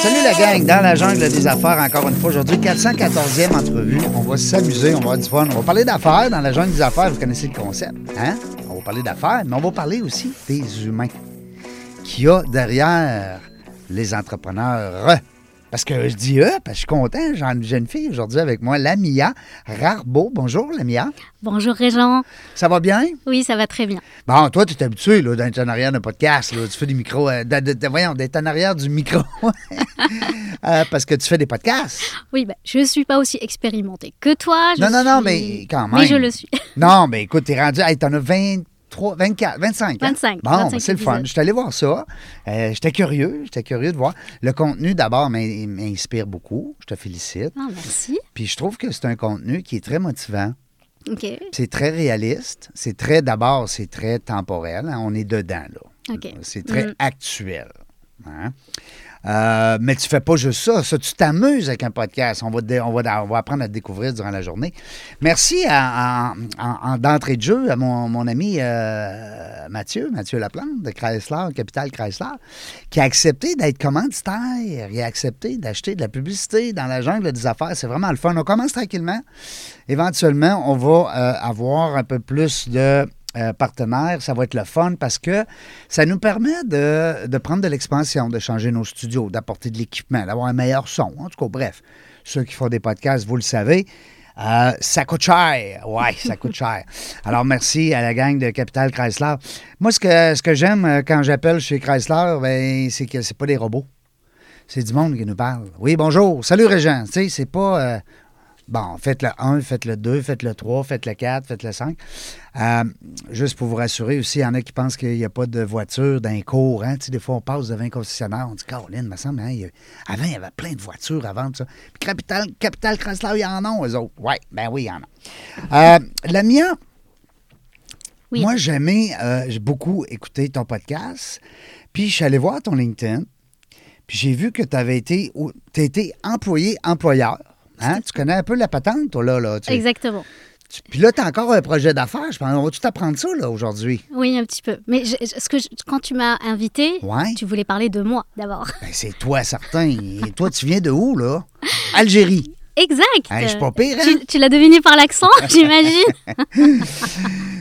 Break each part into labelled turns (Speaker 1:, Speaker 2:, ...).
Speaker 1: Salut la gang, dans la jungle des affaires, encore une fois, aujourd'hui, 414e entrevue. On va s'amuser, on va avoir du fun. On va parler d'affaires dans la jungle des affaires, vous connaissez le concept, hein? On va parler d'affaires, mais on va parler aussi des humains qu'il y a derrière les entrepreneurs. Parce que je dis eux, parce que je suis content, j'ai une jeune fille aujourd'hui avec moi, Lamia Rarbeau. Bonjour, Lamia.
Speaker 2: Bonjour, Régent.
Speaker 1: Ça va bien?
Speaker 2: Oui, ça va très bien.
Speaker 1: Bon, toi, tu t'es habitué là, d'être en arrière d'un podcast. là. tu fais des micros. euh, de- de- de- voyons, d'être en arrière du micro. Euh, parce que tu fais des podcasts.
Speaker 2: Oui, ben, je ne suis pas aussi expérimentée que toi. je
Speaker 1: Non, non, non,
Speaker 2: suis-
Speaker 1: mais quand
Speaker 2: Mais
Speaker 1: même.
Speaker 2: je le suis.
Speaker 1: Non, mais écoute, t'es rendu. Hey, t'en as 23, 24, 25. hein?
Speaker 2: 25,
Speaker 1: Bon,
Speaker 2: 25
Speaker 1: ben, c'est le fun.
Speaker 2: épisodes.
Speaker 1: Je suis allé voir ça. Euh, j'étais curieux. J'étais curieux de voir. Le contenu, d'abord, m'in- m'inspire beaucoup. Je te félicite.
Speaker 2: Ah, merci.
Speaker 1: Puis je trouve que c'est un contenu qui est très motivant.
Speaker 2: OK.
Speaker 1: C'est très réaliste. C'est très, d'abord, c'est très temporel. hein. On est dedans, là.
Speaker 2: OK.
Speaker 1: C'est très actuel. hein. Euh, mais tu fais pas juste ça. Ça, tu t'amuses avec un podcast. On va, te dé- on va, on va apprendre à te découvrir durant la journée. Merci à- à- en- en- d'entrée de jeu à mon, mon ami euh, Mathieu, Mathieu Laplante de Chrysler, Capital Chrysler, qui a accepté d'être commanditaire. Il a accepté d'acheter de la publicité dans la jungle des affaires. C'est vraiment le fun. On commence tranquillement. Éventuellement, on va euh, avoir un peu plus de euh, partenaires. Ça va être le fun parce que ça nous permet de, de prendre de l'expansion, de changer nos studios, d'apporter de l'équipement, d'avoir un meilleur son. En tout cas, bref, ceux qui font des podcasts, vous le savez. euh, ça coûte cher. Ouais, ça coûte cher. Alors, merci à la gang de Capital Chrysler. Moi, ce que, ce que j'aime euh, quand j'appelle chez Chrysler, ben, c'est que c'est pas des robots. C'est du monde qui nous parle. Oui, bonjour. Salut, Régent. Tu sais, c'est pas. euh, Bon, faites le 1, faites le 2, faites le 3, faites le 4, faites le 5. Euh, juste pour vous rassurer aussi, il y en a qui pensent qu'il n'y a pas de voiture dans les cours. Hein? Tu sais, des fois, on passe devant un concessionnaire, on dit Caroline, me semble, hein, il y a- avant, il y avait plein de voitures à vendre. Ça. Puis Capital, Capital Chrysler, il y en a, eux autres. Oui, ben oui, il y en a. Euh, la mienne,
Speaker 2: Oui.
Speaker 1: moi, j'aimais, euh, j'ai beaucoup écouté ton podcast. Puis, je suis allé voir ton LinkedIn. Puis, j'ai vu que tu avais été, ou- t'as été employé-employeur. Hein? Tu connais un peu la patente, toi, là. là tu-
Speaker 2: Exactement.
Speaker 1: tu- puis là, tu as encore un projet d'affaires. Je pense, on va tout apprendre ça, là, aujourd'hui.
Speaker 2: Oui, un petit peu. Mais je- je- ce que je- quand tu m'as invité,
Speaker 1: Ouais.
Speaker 2: tu voulais parler de moi d'abord.
Speaker 1: Ben, c'est toi, certain. Et toi, tu viens de où, là? Algérie.
Speaker 2: Exact.
Speaker 1: Hey, je suis pas pire, hein?
Speaker 2: Tu, tu l'as deviné par l'accent, j'imagine.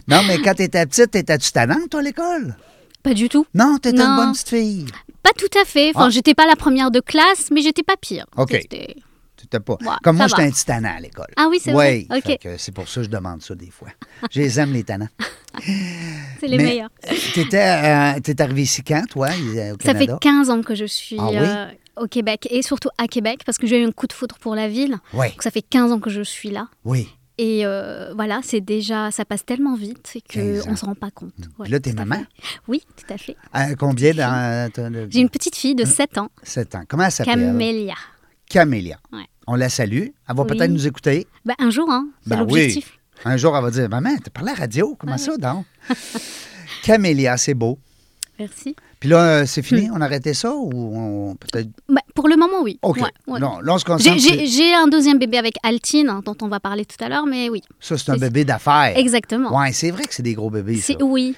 Speaker 1: Non, mais quand t'étais petite, t'étais-tu talent, toi, à l'école?
Speaker 2: Pas du tout.
Speaker 1: Non, t'étais une
Speaker 2: Non.
Speaker 1: bonne petite fille.
Speaker 2: Pas tout à fait. Enfin,
Speaker 1: Ah.
Speaker 2: j'étais pas la première de classe, mais j'étais pas pire.
Speaker 1: Ok.
Speaker 2: C'était-
Speaker 1: T'étais pas.
Speaker 2: Ouais,
Speaker 1: Comme moi,
Speaker 2: ça
Speaker 1: j'étais
Speaker 2: va.
Speaker 1: un petit tannant à l'école.
Speaker 2: Ah oui, c'est
Speaker 1: Ouais,
Speaker 2: vrai. Ok.
Speaker 1: fait que C'est pour ça que je demande ça des fois. Je les aime, les tannants.
Speaker 2: C'est les
Speaker 1: Mais-
Speaker 2: meilleurs.
Speaker 1: T'étais euh, t'es arrivé ici quand, toi, euh, au
Speaker 2: Ça fait
Speaker 1: Canada?
Speaker 2: 15 ans que je suis
Speaker 1: Ah oui?
Speaker 2: euh, au Québec et surtout à Québec parce que j'ai eu un coup de foudre pour la ville.
Speaker 1: Oui,
Speaker 2: Donc ça fait 15 ans que je suis là.
Speaker 1: oui.
Speaker 2: Et euh, voilà, c'est déjà, ça passe tellement vite
Speaker 1: 15
Speaker 2: qu'on
Speaker 1: ans.
Speaker 2: ne s'en rend pas compte. Ouais,
Speaker 1: Mmh. Puis là, t'es
Speaker 2: tout à
Speaker 1: maman? Mmh.
Speaker 2: fait. Oui, tout à fait.
Speaker 1: À combien dans... euh, t'as le-
Speaker 2: J'ai une petite fille
Speaker 1: Mmh.
Speaker 2: de 7 ans,
Speaker 1: 7 ans. Comment elle s'appelle?
Speaker 2: Camélia.
Speaker 1: Camélia.
Speaker 2: Ouais.
Speaker 1: On la salue. Elle va
Speaker 2: Oui.
Speaker 1: peut-être nous écouter.
Speaker 2: Ben, un jour, hein, c'est
Speaker 1: Ben oui.
Speaker 2: l'objectif.
Speaker 1: Un jour, elle va dire Maman, t'as parlé à la radio,
Speaker 2: Ah
Speaker 1: comment ça donc Camélia, c'est beau.
Speaker 2: Merci.
Speaker 1: Puis là, euh, c'est
Speaker 2: Hmm.
Speaker 1: fini, on arrêtait ça ou on peut-être.
Speaker 2: Ben, pour le moment, oui.
Speaker 1: OK.
Speaker 2: Ouais, ouais.
Speaker 1: Non, là, on se
Speaker 2: J'ai-
Speaker 1: concentre.
Speaker 2: J'ai
Speaker 1: sur-
Speaker 2: j'ai un deuxième bébé avec Altine, hein, dont on va parler tout à l'heure, mais oui.
Speaker 1: Ça, c'est un
Speaker 2: c'est-
Speaker 1: bébé d'affaires.
Speaker 2: Exactement.
Speaker 1: Oui, c'est vrai que c'est des gros bébés. Eh, ça.
Speaker 2: C'est oui.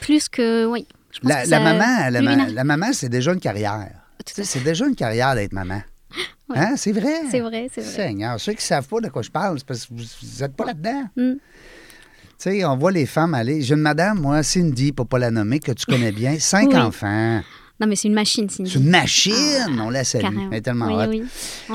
Speaker 2: Plus que. Oui. Je pense
Speaker 1: La,
Speaker 2: que euh,
Speaker 1: la
Speaker 2: ça-
Speaker 1: maman, la,
Speaker 2: le
Speaker 1: ma-
Speaker 2: lunar-
Speaker 1: la maman, c'est déjà une carrière.
Speaker 2: Ah,
Speaker 1: Tu sais, C'est déjà une carrière d'être maman.
Speaker 2: Ouais.
Speaker 1: Hein? C'est vrai.
Speaker 2: C'est vrai, c'est vrai.
Speaker 1: Seigneur, ceux qui ne savent pas de quoi je parle, c'est parce que vous n'êtes pas là-dedans.
Speaker 2: Mm.
Speaker 1: Tu sais, on voit les femmes aller. J'ai une madame, moi, Cindy, pour pas la nommer, que tu connais bien, cinq
Speaker 2: Oui.
Speaker 1: enfants.
Speaker 2: Non, mais c'est une machine, Cindy.
Speaker 1: C'est une machine, on la salue.
Speaker 2: Carrément.
Speaker 1: Elle est tellement
Speaker 2: oui,
Speaker 1: hot.
Speaker 2: oui. On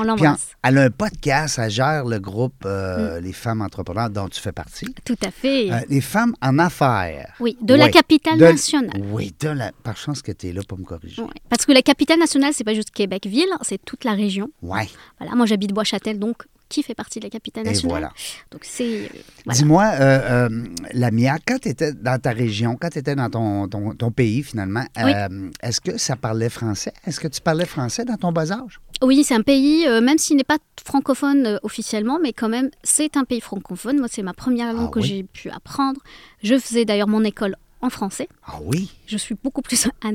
Speaker 1: Puis en-
Speaker 2: l'embrasse.
Speaker 1: elle a un podcast, elle gère le groupe euh,
Speaker 2: Mm.
Speaker 1: Les femmes entrepreneurs dont tu fais partie.
Speaker 2: Tout à fait.
Speaker 1: Euh, les femmes en affaires.
Speaker 2: Oui, de la capitale nationale.
Speaker 1: Oui, de la, par chance que tu es là pour me corriger.
Speaker 2: Ouais. Parce que la capitale nationale, c'est pas juste Québec-Ville, c'est toute la région.
Speaker 1: Ouais.
Speaker 2: Voilà, moi j'habite Bois-Châtel, donc qui fait partie de la capitale
Speaker 1: Et
Speaker 2: nationale.
Speaker 1: voilà.
Speaker 2: Donc c'est. euh, voilà.
Speaker 1: Dis-moi, euh, euh, Lamia, quand tu étais dans ta région, quand tu étais dans ton, ton- ton pays finalement,
Speaker 2: Oui.
Speaker 1: euh, est-ce que ça parlait français? Est-ce que tu parlais français dans ton bas âge?
Speaker 2: Oui, c'est un pays, euh, même s'il n'est pas francophone euh, officiellement, mais quand même, c'est un pays francophone. Moi, c'est ma première langue
Speaker 1: Ah
Speaker 2: que
Speaker 1: oui.
Speaker 2: j'ai pu apprendre. Je faisais d'ailleurs mon école en français.
Speaker 1: Ah oui?
Speaker 2: Je suis beaucoup plus à,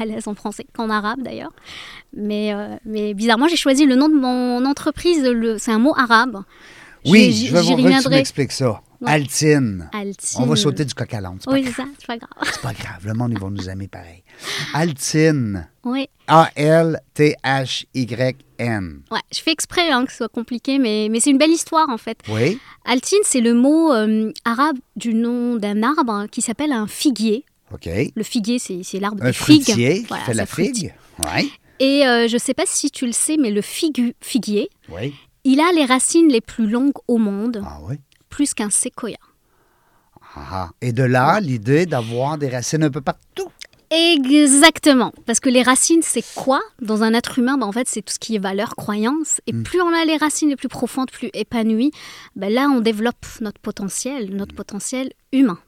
Speaker 2: à l'aise en français qu'en arabe d'ailleurs. Mais, euh, mais bizarrement, j'ai choisi le nom de mon entreprise. le- C'est un mot arabe.
Speaker 1: Oui,
Speaker 2: J'y-
Speaker 1: je veux
Speaker 2: j'y
Speaker 1: voir que tu
Speaker 2: reviendrai.
Speaker 1: m'expliques ça.
Speaker 2: Ouais.
Speaker 1: Altine.
Speaker 2: Altine.
Speaker 1: On va sauter du coq à l'âne, c'est pas
Speaker 2: Oui,
Speaker 1: grave.
Speaker 2: c'est ça, c'est pas grave.
Speaker 1: C'est pas grave, le monde, ils vont nous aimer pareil. Altine.
Speaker 2: Oui,
Speaker 1: A-L-T-H-Y-N.
Speaker 2: ouais, je fais exprès hein, que ce soit compliqué, mais, mais c'est une belle histoire en fait.
Speaker 1: Oui.
Speaker 2: Altine, c'est le mot euh, arabe du nom d'un arbre hein, qui s'appelle un figuier.
Speaker 1: OK.
Speaker 2: Le figuier, c'est c'est l'arbre
Speaker 1: Un
Speaker 2: des figues.
Speaker 1: fruitier qui
Speaker 2: Voilà,
Speaker 1: fait la
Speaker 2: ça fruit.
Speaker 1: figue. Oui.
Speaker 2: Et euh, je ne sais pas si tu le sais, mais le figu- figuier,
Speaker 1: Oui.
Speaker 2: il a les racines les plus longues au monde,
Speaker 1: Ah oui.
Speaker 2: plus qu'un séquoia.
Speaker 1: Ah, ah. Et de là, l'idée d'avoir des racines un peu partout.
Speaker 2: Exactement, parce que les racines, c'est quoi dans un être humain ben, En fait, c'est tout ce qui est valeur, croyance.
Speaker 1: Mm.
Speaker 2: Et plus on a les racines les plus profondes, plus épanouies, ben, là, on développe notre potentiel, notre potentiel humain.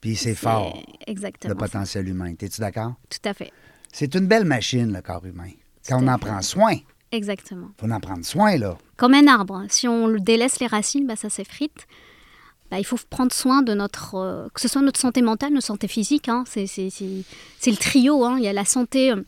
Speaker 1: Puis c'est fort,
Speaker 2: C'est-
Speaker 1: le
Speaker 2: Exactement.
Speaker 1: potentiel humain. T'es-tu d'accord?
Speaker 2: Tout à fait.
Speaker 1: C'est une belle machine, le corps humain. Quand
Speaker 2: Tout
Speaker 1: on
Speaker 2: à
Speaker 1: en
Speaker 2: fait.
Speaker 1: prend soin,
Speaker 2: Exactement.
Speaker 1: faut en prendre soin, là.
Speaker 2: Comme un arbre, hein. si on le délaisse les racines, ben, ça s'effrite. Ben, il faut prendre soin de notre, euh, que ce soit notre santé mentale, notre santé physique. hein. c'est, c'est- c'est- c'est le trio. hein. Il y a la santé euh,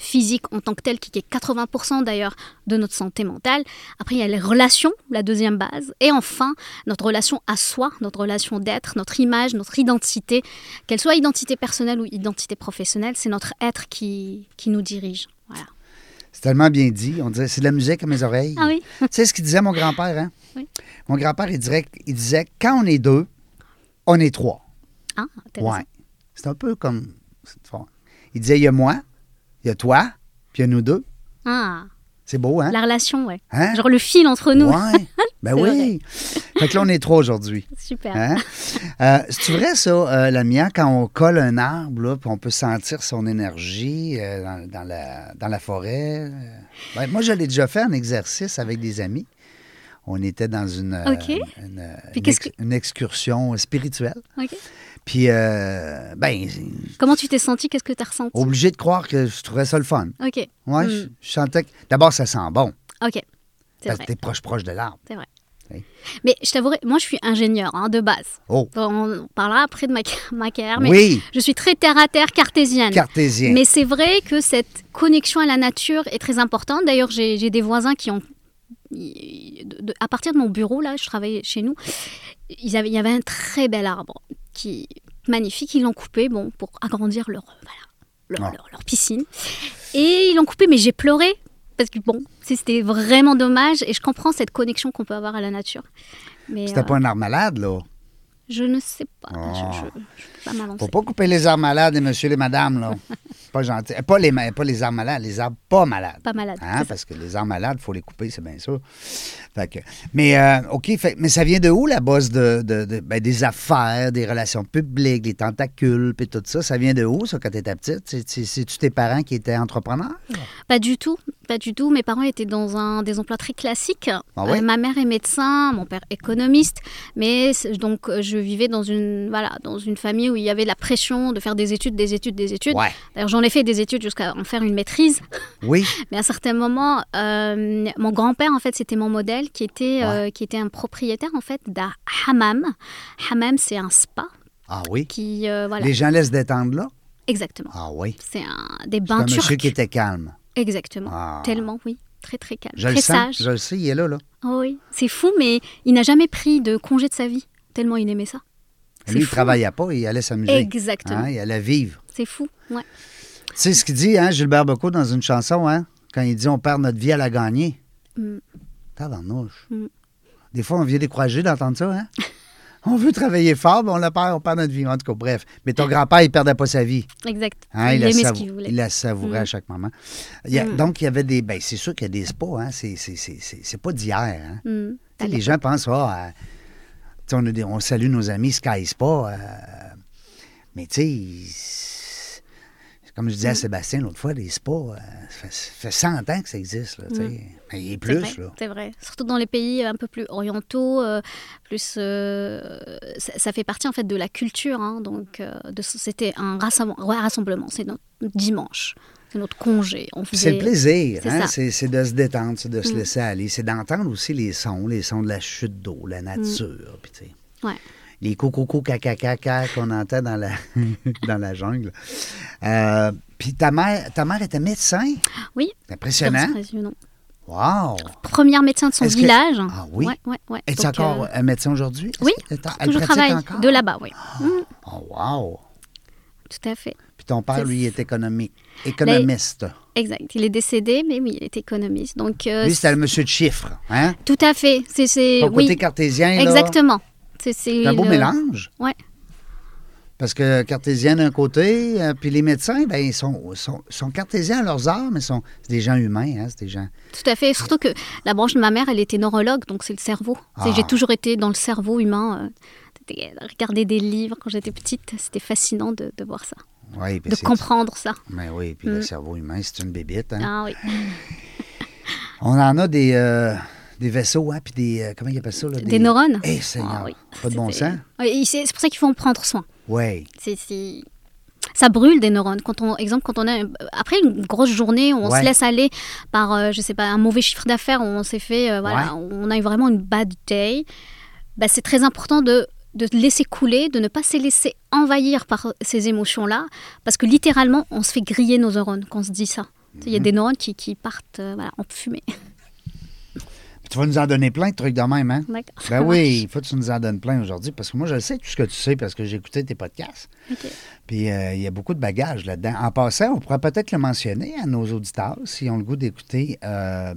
Speaker 2: physique en tant que telle, qui est 80% d'ailleurs de notre santé mentale. Après, il y a les relations, la deuxième base. Et enfin, notre relation à soi, notre relation d'être, notre image, notre identité. Qu'elle soit identité personnelle ou identité professionnelle, c'est notre être qui, qui nous dirige. Voilà.
Speaker 1: C'est tellement bien dit. On dirait c'est de la musique à mes oreilles.
Speaker 2: Ah oui.
Speaker 1: tu sais ce qu'il disait mon grand-père, hein?
Speaker 2: Oui.
Speaker 1: Mon grand-père, il, dirait- il disait quand on est deux, on est trois.
Speaker 2: Hein, intéressant.
Speaker 1: Ouais. C'est un peu comme. c'est fort. Il disait il y a moi, il y a toi, puis il y a nous deux.
Speaker 2: Ah.
Speaker 1: C'est beau, hein?
Speaker 2: La relation, ouais.
Speaker 1: Hein?
Speaker 2: Genre le fil entre nous.
Speaker 1: Ouais. Ben
Speaker 2: C'est
Speaker 1: oui. Fait que là, on est trois aujourd'hui.
Speaker 2: Super.
Speaker 1: Hein? Euh, C'est-tu vrai, ça, euh, Lamia, quand on colle un arbre, là, puis on peut sentir son énergie euh, dans, dans la, dans la forêt? euh? Ben, moi, je l'ai déjà fait un exercice avec des amis. On était dans une, euh,
Speaker 2: OK.
Speaker 1: une, euh,
Speaker 2: Puis
Speaker 1: une
Speaker 2: qu'est-ce
Speaker 1: ex- une excursion spirituelle.
Speaker 2: Ok.
Speaker 1: Puis, euh, ben,
Speaker 2: Comment tu t'es senti Qu'est-ce que tu as ressenti
Speaker 1: obligé de croire que je trouvais ça le fun.
Speaker 2: Ok.
Speaker 1: Ouais,
Speaker 2: Mm.
Speaker 1: je, je sentais que. D'abord, ça sent bon,
Speaker 2: Ok. C'est
Speaker 1: parce que
Speaker 2: vrai.
Speaker 1: t'es proche-proche de l'arbre.
Speaker 2: C'est vrai.
Speaker 1: Oui.
Speaker 2: Mais je t'avouerai, moi je suis ingénieur hein, de base.
Speaker 1: Oh!
Speaker 2: Bon, on on parlera après de ma, car- ma carrière, Ah, mais
Speaker 1: Oui!
Speaker 2: je suis très terre à terre cartésienne.
Speaker 1: Cartésien.
Speaker 2: Mais c'est vrai que cette connexion à la nature est très importante. D'ailleurs, j'ai j'ai des voisins qui ont. ils- de- de- à partir de mon bureau, là, je travaillais chez nous, ils avaient- il y avait un très bel arbre qui magnifique. Ils l'ont coupé bon, pour agrandir leur, voilà, leur,
Speaker 1: Ah.
Speaker 2: leur- leur piscine. Et ils l'ont coupé, mais j'ai pleuré. Parce que bon, c'est- c'était vraiment dommage et je comprends cette connexion qu'on peut avoir à la nature. Mais
Speaker 1: C'était
Speaker 2: euh,
Speaker 1: pas un arbre malade, là.
Speaker 2: je ne sais pas.
Speaker 1: Ah.
Speaker 2: Je ne peux pas
Speaker 1: Faut
Speaker 2: m'avancer.
Speaker 1: pas couper les arbres malades, les messieurs, les madames, là. pas gentil. Eh, Pas les, ma- pas les arbres malades, les arbres pas malades.
Speaker 2: Pas malade.
Speaker 1: Hein,
Speaker 2: c'est ça.
Speaker 1: parce que les arbres malades, il faut les couper, c'est bien sûr. Fait que- mais, euh, OK, fait- mais ça vient de où, la bosse de, de- de- ben, des affaires, des relations publiques, des tentacules, puis tout ça? Ça vient de où, ça, quand t'étais petite? C'est- c'est- C'est-tu tes parents qui étaient entrepreneurs?
Speaker 2: Pas du tout, pas du tout. Mes parents étaient dans un, des emplois très classiques. Euh,
Speaker 1: Ah ouais?
Speaker 2: ma mère est médecin, mon père économiste, mais c'est- donc euh, je vivais dans une voilà dans une famille où il y avait la pression de faire des études, des études, des études.
Speaker 1: Ouais.
Speaker 2: D'ailleurs j'en ai fait des études jusqu'à en faire une maîtrise,
Speaker 1: Oui.
Speaker 2: mais à un certain moment, euh, mon grand père en fait c'était mon modèle qui était euh, qui était un propriétaire en fait d'un hammam. Hammam c'est un spa
Speaker 1: Ah oui.
Speaker 2: qui euh, voilà
Speaker 1: Les gens laissent détendre là?
Speaker 2: exactement.
Speaker 1: Ah oui.
Speaker 2: C'est un
Speaker 1: C'est
Speaker 2: des
Speaker 1: un
Speaker 2: bains
Speaker 1: monsieur
Speaker 2: turcs.
Speaker 1: qui était calme.
Speaker 2: Exactement.
Speaker 1: Ah.
Speaker 2: Tellement oui. Très très calme,
Speaker 1: Je
Speaker 2: très
Speaker 1: le sens.
Speaker 2: sage.
Speaker 1: Je le sais, il est là, là.
Speaker 2: Ah oui, c'est fou, mais il n'a jamais pris de congé de sa vie, tellement il aimait ça. C'est
Speaker 1: Ah, Lui, il
Speaker 2: fou.
Speaker 1: travaillait pas, il allait s'amuser.
Speaker 2: Exactement.
Speaker 1: Hein, Il allait vivre.
Speaker 2: C'est fou, ouais.
Speaker 1: Tu sais ce qu'il dit, hein, Gilbert Bocot, dans une chanson, hein, quand il dit on perd notre vie à la gagner.
Speaker 2: Mm.
Speaker 1: Tabarnouche.
Speaker 2: Mm.
Speaker 1: Des fois, on vient découragé d'entendre ça, hein? on veut travailler fort, mais on la perd, on perd notre vie. En tout cas, bref. Mais ton grand-père, il perdait pas sa vie.
Speaker 2: Exact.
Speaker 1: Hein,
Speaker 2: il,
Speaker 1: la
Speaker 2: aimait ce
Speaker 1: savou-
Speaker 2: qu'il voulait. Mm.
Speaker 1: il la savourait à chaque moment. Il y a- Donc, il y avait des. Ben, c'est sûr qu'il y a des spas, hein. C'est, c'est, c'est- c'est- c'est pas d'hier, hein.
Speaker 2: Mm.
Speaker 1: Tu sais, les gens pensent, ah, euh, tu sais, on, a des- on salue nos amis Sky Spa, euh, mais tu sais, ils- Comme je disais
Speaker 2: Mm.
Speaker 1: à Sébastien l'autre fois, les spas, euh, ça fait, ça fait 100 ans que ça existe. Là, tu sais. Mais il est
Speaker 2: Mm. C'est
Speaker 1: plus.
Speaker 2: vrai,
Speaker 1: là.
Speaker 2: C'est vrai. Surtout dans les pays un peu plus orientaux, euh, plus euh, ça, ça fait partie en fait de la culture. hein, donc euh, de- c'était un rassemble- ouais, rassemblement. C'est notre dimanche, c'est notre congé. On
Speaker 1: Puis C'est le
Speaker 2: faisait-
Speaker 1: plaisir,
Speaker 2: C'est
Speaker 1: hein,
Speaker 2: ça. Mm.
Speaker 1: c'est c'est de se détendre, c'est de se laisser aller, c'est d'entendre aussi les sons, les sons de la chute d'eau,
Speaker 2: Mm.
Speaker 1: la nature, puis tu sais,
Speaker 2: Ouais.
Speaker 1: les coucou caca qu'on entend dans la, dans la jungle. Euh, puis ta mère, ta mère était médecin,
Speaker 2: Oui.
Speaker 1: c'est impressionnant.
Speaker 2: Comme ça, impressionnant.
Speaker 1: Wow!
Speaker 2: Première médecin de son
Speaker 1: Est-ce que-
Speaker 2: village.
Speaker 1: Ah oui?
Speaker 2: Ouais, ouais, ouais.
Speaker 1: Es-tu
Speaker 2: Donc,
Speaker 1: encore
Speaker 2: euh,
Speaker 1: un médecin aujourd'hui? Est-ce
Speaker 2: Oui,
Speaker 1: que t'as- elle
Speaker 2: toujours
Speaker 1: pratique
Speaker 2: travaille
Speaker 1: encore?
Speaker 2: de là-bas, oui. Mm,
Speaker 1: Oh, wow!
Speaker 2: tout à fait.
Speaker 1: Puis ton père,
Speaker 2: C'est- Ben, euh,
Speaker 1: lui, est économique, économiste.
Speaker 2: Exact. Il est décédé, mais oui, il est économiste. Donc euh,
Speaker 1: Lui, c'était le monsieur de chiffres, hein?
Speaker 2: tout à fait. C'est c'est
Speaker 1: Ton
Speaker 2: Eh oui.
Speaker 1: côté cartésien, là,
Speaker 2: Exactement. C'est
Speaker 1: c'est
Speaker 2: c'est
Speaker 1: un beau
Speaker 2: le-
Speaker 1: mélange.
Speaker 2: Ouais.
Speaker 1: Parce que cartésiens d'un côté, euh, puis les médecins, ben, ils sont, sont, sont cartésiens à leurs arts, mais sont, c'est des gens humains, hein, c'est des gens.
Speaker 2: Tout à fait. Surtout que la branche de ma mère, elle était neurologue, donc c'est le cerveau. C'est-
Speaker 1: Ah.
Speaker 2: J'ai toujours été dans le cerveau humain. euh, c'était- Regarder des livres quand j'étais petite, c'était fascinant de, de voir ça,
Speaker 1: Oui, puis
Speaker 2: de
Speaker 1: ben, c'est-
Speaker 2: comprendre ça.
Speaker 1: Mais oui, puis le cerveau humain, c'est une bébite. hein.
Speaker 2: Ah oui.
Speaker 1: On en a des, euh, des vaisseaux, hein, puis des. euh, comment ils appellent ça? là,
Speaker 2: Des, neurones.
Speaker 1: Eh, Seigneur,
Speaker 2: Ah oui.
Speaker 1: pas de bon
Speaker 2: C'était-
Speaker 1: sens.
Speaker 2: Oui, C'est c'est pour ça qu'il faut en prendre soin.
Speaker 1: Oui.
Speaker 2: C'est- c'est- Ça brûle des neurones. Quand on, exemple, quand on a après une grosse journée, on
Speaker 1: Ouais.
Speaker 2: se laisse aller par, euh, je sais pas, un mauvais chiffre d'affaires, on s'est fait, euh, voilà, on a eu vraiment une bad day. Bah, c'est très important de de te laisser couler, de ne pas se laisser envahir par ces émotions-là, parce que littéralement, on se fait griller nos neurones quand on se dit ça. Il
Speaker 1: Mhm.
Speaker 2: y a des neurones qui, qui partent euh, voilà, en fumée.
Speaker 1: Puis tu vas nous en donner plein de trucs de même, hein?
Speaker 2: D'accord.
Speaker 1: Ben oui, il faut que tu nous en donnes plein aujourd'hui, parce que moi, je le sais tout ce que tu sais, parce que j'ai écouté tes podcasts.
Speaker 2: Ok.
Speaker 1: Puis euh, il y a beaucoup de bagages là-dedans. En passant, on pourrait peut-être le mentionner à nos auditeurs s'ils ont le goût d'écouter. euh,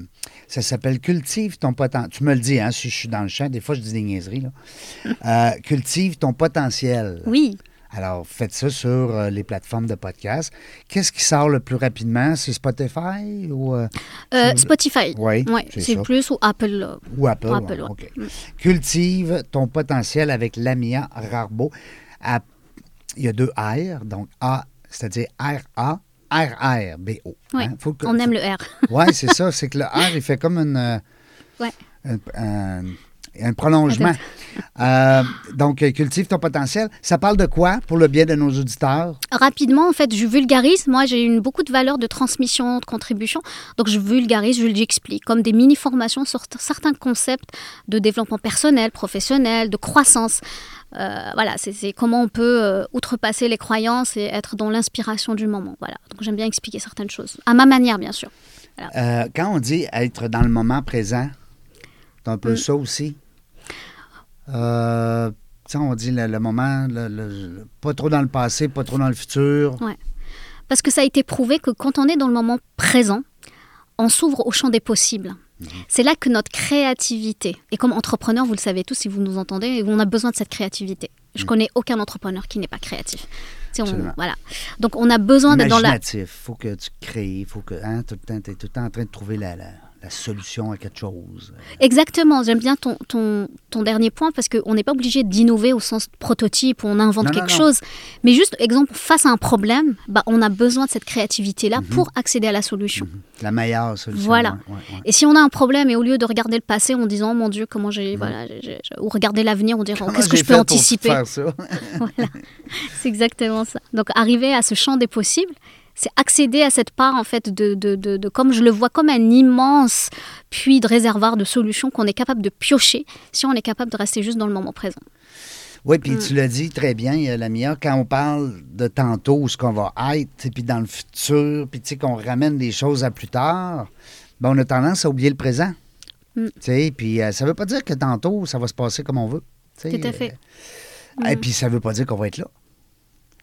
Speaker 1: ça s'appelle Cultive ton potentiel. Tu me le dis, hein, si je suis dans le champ, des fois je dis des niaiseries. là. Euh, Cultive ton potentiel.
Speaker 2: Oui.
Speaker 1: Alors, faites ça sur euh, les plateformes de podcast. Qu'est-ce qui sort le plus rapidement? C'est Spotify ou, euh,
Speaker 2: Euh,
Speaker 1: Sur-
Speaker 2: Spotify.
Speaker 1: Ouais,
Speaker 2: Ouais,
Speaker 1: c'est
Speaker 2: c'est
Speaker 1: ça.
Speaker 2: plus ou Apple. euh,
Speaker 1: ou Apple?
Speaker 2: Apple,
Speaker 1: ouais,
Speaker 2: ouais. Mm.
Speaker 1: OK. Cultive ton potentiel avec Lamia Rarbo. À- il y a deux R, donc A, c'est-à-dire R-A, R-R-B-O.
Speaker 2: Ouais.
Speaker 1: Hein? Faut que-
Speaker 2: on aime
Speaker 1: faut-
Speaker 2: le R.
Speaker 1: Oui, c'est ça. C'est que le R, il fait comme une, euh,
Speaker 2: Ouais.
Speaker 1: un, un- un prolongement. Euh, donc, euh, cultive ton potentiel. Ça parle de quoi pour le bien de nos auditeurs?
Speaker 2: rapidement, en fait, je vulgarise. Moi, j'ai une beaucoup de valeur de transmission, de contribution. Donc, je vulgarise, je l'explique, comme des mini-formations sur t- certains concepts de développement personnel, professionnel, de croissance. Euh, voilà, c'est c'est comment on peut euh, outrepasser les croyances et être dans l'inspiration du moment. Voilà, donc j'aime bien expliquer certaines choses. À ma manière, bien sûr.
Speaker 1: Euh, quand on dit être dans le moment présent, c'est un peu
Speaker 2: Mm.
Speaker 1: ça aussi. Euh, tu sais, on dit le, le moment, le- le- pas trop dans le passé, pas trop dans le futur.
Speaker 2: Parce que ça a été prouvé que quand on est dans le moment présent, on s'ouvre au champ des possibles.
Speaker 1: Mhm.
Speaker 2: C'est là que notre créativité, et comme entrepreneur, vous le savez tous si vous nous entendez, on a besoin de cette créativité. Je connais aucun entrepreneur qui n'est pas créatif. Tu sais, on-
Speaker 1: Mhm. Absolument.
Speaker 2: voilà. Donc on a besoin d'être dans la...
Speaker 1: Imaginatif. faut que tu crées, faut que hein, tout le temps, tu es tout le temps en train de trouver la, la- la solution à quelque chose.
Speaker 2: Exactement, j'aime bien ton, ton, ton dernier point parce qu'on n'est pas obligé d'innover au sens de prototype où on invente
Speaker 1: Non, non,
Speaker 2: quelque
Speaker 1: non.
Speaker 2: chose. Mais juste, exemple, face à un problème, bah, on a besoin de cette créativité-là
Speaker 1: Mhm.
Speaker 2: pour accéder à la solution.
Speaker 1: La meilleure solution.
Speaker 2: Voilà.
Speaker 1: ouais, ouais, ouais.
Speaker 2: Et si on a un problème et au lieu de regarder le passé en disant oh mon Dieu comment j'ai voilà j'ai- j'ai- j'ai- ou regarder l'avenir en disant
Speaker 1: Mhm. Comment
Speaker 2: qu'est-ce que
Speaker 1: j'ai
Speaker 2: je peux
Speaker 1: fait pour
Speaker 2: anticiper
Speaker 1: faire ça?
Speaker 2: c'est exactement ça donc arriver à ce champ des possibles c'est accéder à cette part en fait de, de, de- de- comme je le vois comme un immense puits de réservoir de solutions qu'on est capable de piocher si on est capable de rester juste dans le moment présent
Speaker 1: Oui,
Speaker 2: Mm.
Speaker 1: puis tu l'as dit très bien, euh, Lamia, quand on parle de tantôt, où ce qu'on va être, puis dans le futur, puis tu sais, qu'on ramène les choses à plus tard, ben, on a tendance à oublier le présent.
Speaker 2: Mm.
Speaker 1: Tu sais, puis euh, ça veut pas dire que tantôt, ça va se passer comme on veut. tu sais,
Speaker 2: Tout à fait. Mm.
Speaker 1: euh, Et puis ça veut pas dire qu'on va être là.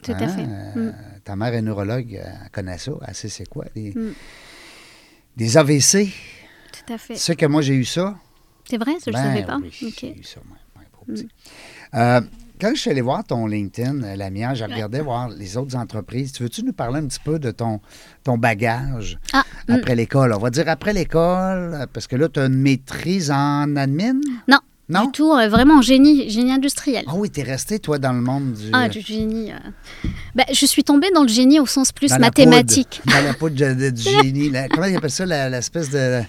Speaker 2: tout à
Speaker 1: Hein,
Speaker 2: fait Mm,
Speaker 1: euh, Ta mère est neurologue, elle connaît ça, elle sait c'est quoi. Des,
Speaker 2: Mm.
Speaker 1: des AVC.
Speaker 2: tout à
Speaker 1: Tu
Speaker 2: fait
Speaker 1: sais que moi, j'ai eu ça.
Speaker 2: c'est vrai ça, je
Speaker 1: Ben
Speaker 2: ne savais pas
Speaker 1: oui,
Speaker 2: Ok. Hmm.
Speaker 1: j'ai eu ça, moi, moi, pour petit. Euh, quand je suis allé voir ton LinkedIn, euh, la mienne, j'ai regardé voir les autres entreprises. Tu veux-tu nous parler un petit peu de ton, ton bagage
Speaker 2: Ah,
Speaker 1: après l'école? On va dire après l'école, euh, parce que là, tu as une maîtrise en admin?
Speaker 2: non
Speaker 1: Non?
Speaker 2: Du tout, euh, vraiment génie, génie industriel.
Speaker 1: Ah oui, t'es resté, toi, dans le monde du.
Speaker 2: Ah, du génie. euh. Ben, je suis tombée dans le génie au sens plus
Speaker 1: dans la poudre.
Speaker 2: mathématique.
Speaker 1: dans la poudre de- de- du génie. la- comment ils appellent ça, la- l'espèce de.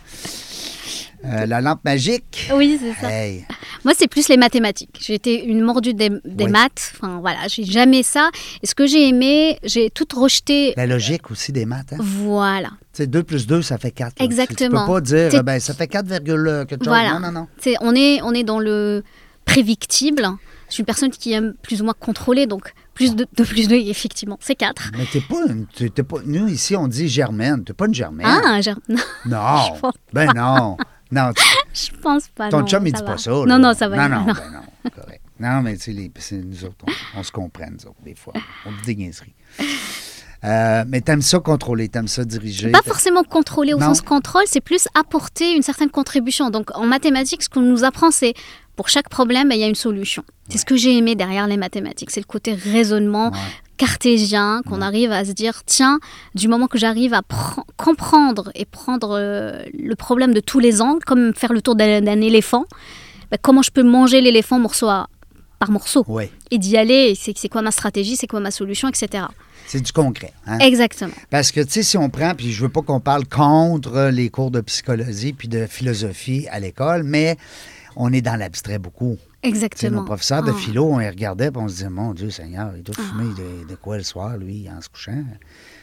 Speaker 1: euh, la lampe magique.
Speaker 2: Oui, c'est ça.
Speaker 1: Hey.
Speaker 2: Moi, c'est plus les mathématiques. J'ai été une mordue des, des
Speaker 1: Oui.
Speaker 2: maths. Enfin, voilà, j'ai jamais ça. Et ce que j'ai aimé, j'ai tout rejeté.
Speaker 1: La logique aussi des maths. Hein?
Speaker 2: Voilà.
Speaker 1: Tu sais, 2 plus 2, ça fait 4. Tu
Speaker 2: Exactement.
Speaker 1: peux pas dire,
Speaker 2: T'es-
Speaker 1: ben, ça fait 4, quelque chose.
Speaker 2: Voilà.
Speaker 1: Non, non, non.
Speaker 2: C'est- on, est, on est dans le prévictible. Je suis une personne qui aime plus ou moins contrôler, donc plus de, de plus de, effectivement, c'est 4.
Speaker 1: Mais t'es pas, une- t'es- t'es pas. Nous, ici, on dit germaine. T'es pas une germaine.
Speaker 2: Ah, j'ai- non,
Speaker 1: non.
Speaker 2: je pense-
Speaker 1: Ben non. Non, tu-
Speaker 2: je pense pas.
Speaker 1: ton
Speaker 2: non,
Speaker 1: chum, il
Speaker 2: ça
Speaker 1: dit
Speaker 2: va.
Speaker 1: pas ça. là.
Speaker 2: Non, non, ça va.
Speaker 1: Non,
Speaker 2: non,
Speaker 1: non,
Speaker 2: non.
Speaker 1: ben non. Correct. Non, mais tu sais, les- c'est nous autres, on, on se comprend, nous autres, des fois. On dit des niaiseries. Euh, mais t'aimes ça contrôler, t'aimes ça diriger.
Speaker 2: Pas
Speaker 1: t'aimes-
Speaker 2: forcément contrôler au
Speaker 1: Non.
Speaker 2: sens contrôle, c'est plus apporter une certaine contribution. Donc en mathématiques, ce qu'on nous apprend, c'est pour chaque problème, il y a une solution. C'est ce que j'ai aimé derrière les mathématiques. C'est le côté raisonnement
Speaker 1: Ouais.
Speaker 2: cartésien, qu'on arrive à se dire, tiens, du moment que j'arrive à pr- comprendre et prendre euh, le problème de tous les angles, comme faire le tour d'un d'un éléphant, bah, comment je peux manger l'éléphant morceau à- par morceau
Speaker 1: Oui,
Speaker 2: et d'y aller, c'est c'est quoi ma stratégie, c'est quoi ma solution, etc.
Speaker 1: c'est du concret. hein.
Speaker 2: Exactement.
Speaker 1: Parce que, tu sais, si on prend, puis je veux pas qu'on parle contre les cours de psychologie puis de philosophie à l'école, mais on est dans l'abstrait beaucoup. Tu sais,
Speaker 2: Exactement.
Speaker 1: nos professeurs de
Speaker 2: Ah.
Speaker 1: philo, on les regardait puis on se disait, mon Dieu Seigneur, il doit fumer de, de quoi le soir, lui, en se couchant.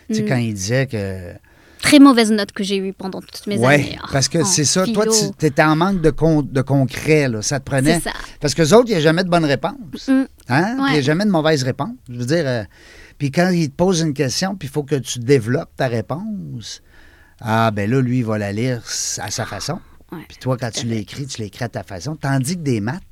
Speaker 1: Tu
Speaker 2: Mm.
Speaker 1: sais, quand il disait que.
Speaker 2: très mauvaise note que j'ai eue pendant toutes mes
Speaker 1: Ouais,
Speaker 2: années. hein.
Speaker 1: parce que
Speaker 2: en
Speaker 1: c'est ça, toi,
Speaker 2: philo.
Speaker 1: tu étais en manque de, con- de concret, là, ça te prenait.
Speaker 2: C'est ça.
Speaker 1: Parce que autres, il n'y a jamais de bonne réponse.
Speaker 2: Mm.
Speaker 1: Hein? Puis Il n'y a
Speaker 2: Ouais.
Speaker 1: jamais de mauvaise réponse. Je veux dire, euh, puis quand il te pose une question, puis il faut que tu développes ta réponse, ah, ben là, lui, il va la lire s- à sa façon.
Speaker 2: Ouais.
Speaker 1: Puis toi, quand tu l'écris, tu l'écris à ta façon. Tandis que des maths,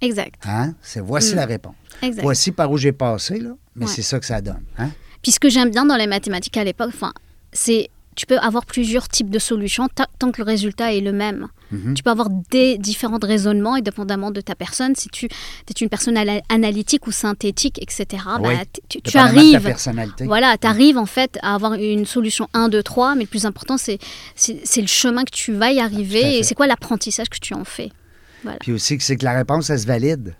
Speaker 2: Exact,
Speaker 1: hein, c'est voici
Speaker 2: Mm.
Speaker 1: la réponse.
Speaker 2: exact.
Speaker 1: Voici par où j'ai passé, là, mais
Speaker 2: Ouais.
Speaker 1: c'est ça que ça donne. Hein?
Speaker 2: Puis ce que j'aime bien dans les mathématiques à l'époque, enfin, c'est tu peux avoir plusieurs types de solutions ta- tant que le résultat est le même.
Speaker 1: Mhm.
Speaker 2: Tu peux avoir des différents raisonnements et dépendamment de ta personne, si tu es une personne ala- analytique ou synthétique, etc. bah,
Speaker 1: Oui.
Speaker 2: t- tu, tu
Speaker 1: Dépendamment de ta
Speaker 2: arrives.
Speaker 1: personnalité.
Speaker 2: Voilà, tu arrives en fait à avoir une solution 1, 2, 3, mais le plus important, c'est c'est c'est le chemin que tu vas y
Speaker 1: Tout à fait.
Speaker 2: arriver et c'est quoi l'apprentissage que tu en fais.
Speaker 1: Puis aussi, que c'est que la réponse, elle se valide.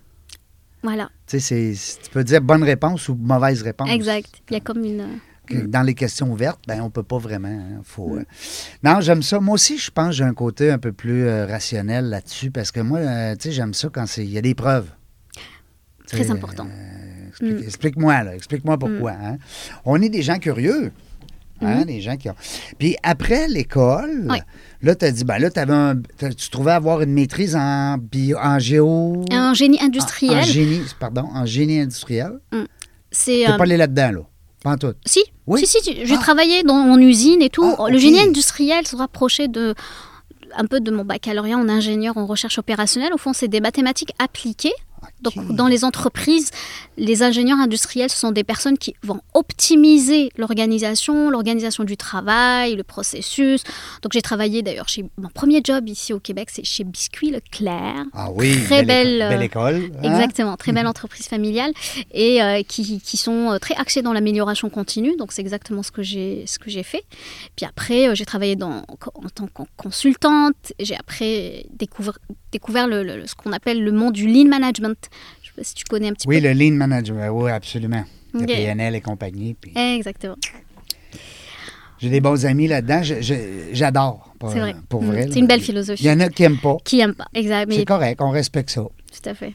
Speaker 2: Voilà,
Speaker 1: Tu sais, c'est- c'est- tu peux dire bonne réponse ou mauvaise réponse.
Speaker 2: exact. Il y a comme une. euh,
Speaker 1: Que Dans les questions ouvertes, ben, on ne peut pas vraiment. hein, faut,
Speaker 2: Mm.
Speaker 1: euh, Non, j'aime ça. Moi aussi, je pense que j'ai un côté un peu plus euh, rationnel là-dessus parce que moi, euh, tu sais, j'aime ça quand c'est- il y a des preuves. Tu
Speaker 2: Très
Speaker 1: sais,
Speaker 2: important.
Speaker 1: euh,
Speaker 2: Mm.
Speaker 1: explique- Explique-moi, là. Explique-moi pourquoi. hein. On est des gens curieux. Hein, des gens qui ont... Puis après l'école,
Speaker 2: Mm. Oui.
Speaker 1: là, tu as dit, ben là, t'avais un- t'as- tu trouvais avoir une maîtrise en, bio, en géo...
Speaker 2: Un génie
Speaker 1: En, en
Speaker 2: industriel,
Speaker 1: Ah, génie, pardon, en génie industriel.
Speaker 2: c'est.
Speaker 1: T'es
Speaker 2: euh,
Speaker 1: pas allé là-dedans, là. Pas en tout.
Speaker 2: Si,
Speaker 1: Oui.
Speaker 2: si, si, tu- j'ai
Speaker 1: Ah.
Speaker 2: travaillé dans mon usine et tout.
Speaker 1: Ah,
Speaker 2: Le
Speaker 1: ok.
Speaker 2: génie industriel se rapprochait de un peu de mon baccalauréat en ingénieur en recherche opérationnelle. Au fond, c'est des mathématiques appliquées. Donc,
Speaker 1: Ok.
Speaker 2: dans les entreprises, les ingénieurs industriels, ce sont des personnes qui vont optimiser l'organisation, l'organisation du travail, le processus. Donc, j'ai travaillé d'ailleurs chez mon premier job ici au Québec, c'est chez Biscuit Leclerc.
Speaker 1: Ah oui,
Speaker 2: Très
Speaker 1: éco-
Speaker 2: belle,
Speaker 1: belle école. hein?
Speaker 2: Exactement, très belle entreprise familiale et euh, qui, qui sont euh, très axées dans l'amélioration continue. Donc c'est exactement ce que j'ai ce que j'ai fait. Puis après euh, j'ai travaillé dans, en tant que consultante. J'ai après découvert découvert le, le- ce qu'on appelle le monde du lean management. Je sais pas si tu connais un petit
Speaker 1: Oui,
Speaker 2: peu.
Speaker 1: le lean management, oui, absolument. Le
Speaker 2: Ok. Ah.
Speaker 1: PNL et compagnie. puis
Speaker 2: Exactement.
Speaker 1: J'ai des bons amis là-dedans. je- je- J'adore. pour-
Speaker 2: C'est vrai.
Speaker 1: Pour
Speaker 2: Mm.
Speaker 1: vrai.
Speaker 2: C'est
Speaker 1: là.
Speaker 2: une belle
Speaker 1: Il y
Speaker 2: philosophie.
Speaker 1: en a qui n'aiment pas.
Speaker 2: Qui aime pas Exactement.
Speaker 1: C'est correct, on respecte ça.
Speaker 2: Tout à fait.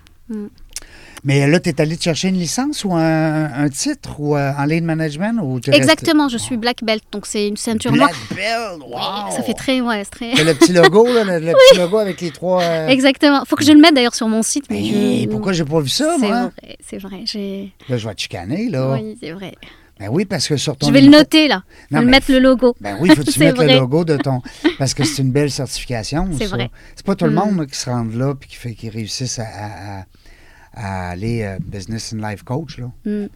Speaker 1: Mais là, tu es allé te chercher une licence ou un, un titre ou euh, en lean management ou t'es resté-
Speaker 2: Exactement. Je suis black belt, donc c'est une ceinture noire.
Speaker 1: Black Belt, wow!
Speaker 2: Ça fait très ouais, c'est très.
Speaker 1: T'as le petit logo, là, le, le petit logo avec les trois. euh,
Speaker 2: Exactement. Faut que je le mette d'ailleurs sur mon site. Mais
Speaker 1: hey,
Speaker 2: je-
Speaker 1: pourquoi j'ai pas hein. Oh. vu ça,
Speaker 2: C'est
Speaker 1: moi?
Speaker 2: vrai, c'est vrai. j'ai-
Speaker 1: Là, je vais te chicaner, là.
Speaker 2: Oui, c'est vrai.
Speaker 1: Ben oui, parce que sur ton.
Speaker 2: Je vais le
Speaker 1: écran-
Speaker 2: noter là. Je
Speaker 1: Non,
Speaker 2: vais
Speaker 1: mais-
Speaker 2: le mettre le logo.
Speaker 1: Ben oui, il faut que tu
Speaker 2: C'est
Speaker 1: mettes le
Speaker 2: vrai.
Speaker 1: logo de ton. Parce que c'est une belle certification.
Speaker 2: C'est
Speaker 1: ça.
Speaker 2: vrai.
Speaker 1: C'est pas tout le
Speaker 2: Mm.
Speaker 1: monde là, qui se rende là puis qui, fait, qui réussissent à, à- à- à aller euh, business and life coach. Là.
Speaker 2: Mm.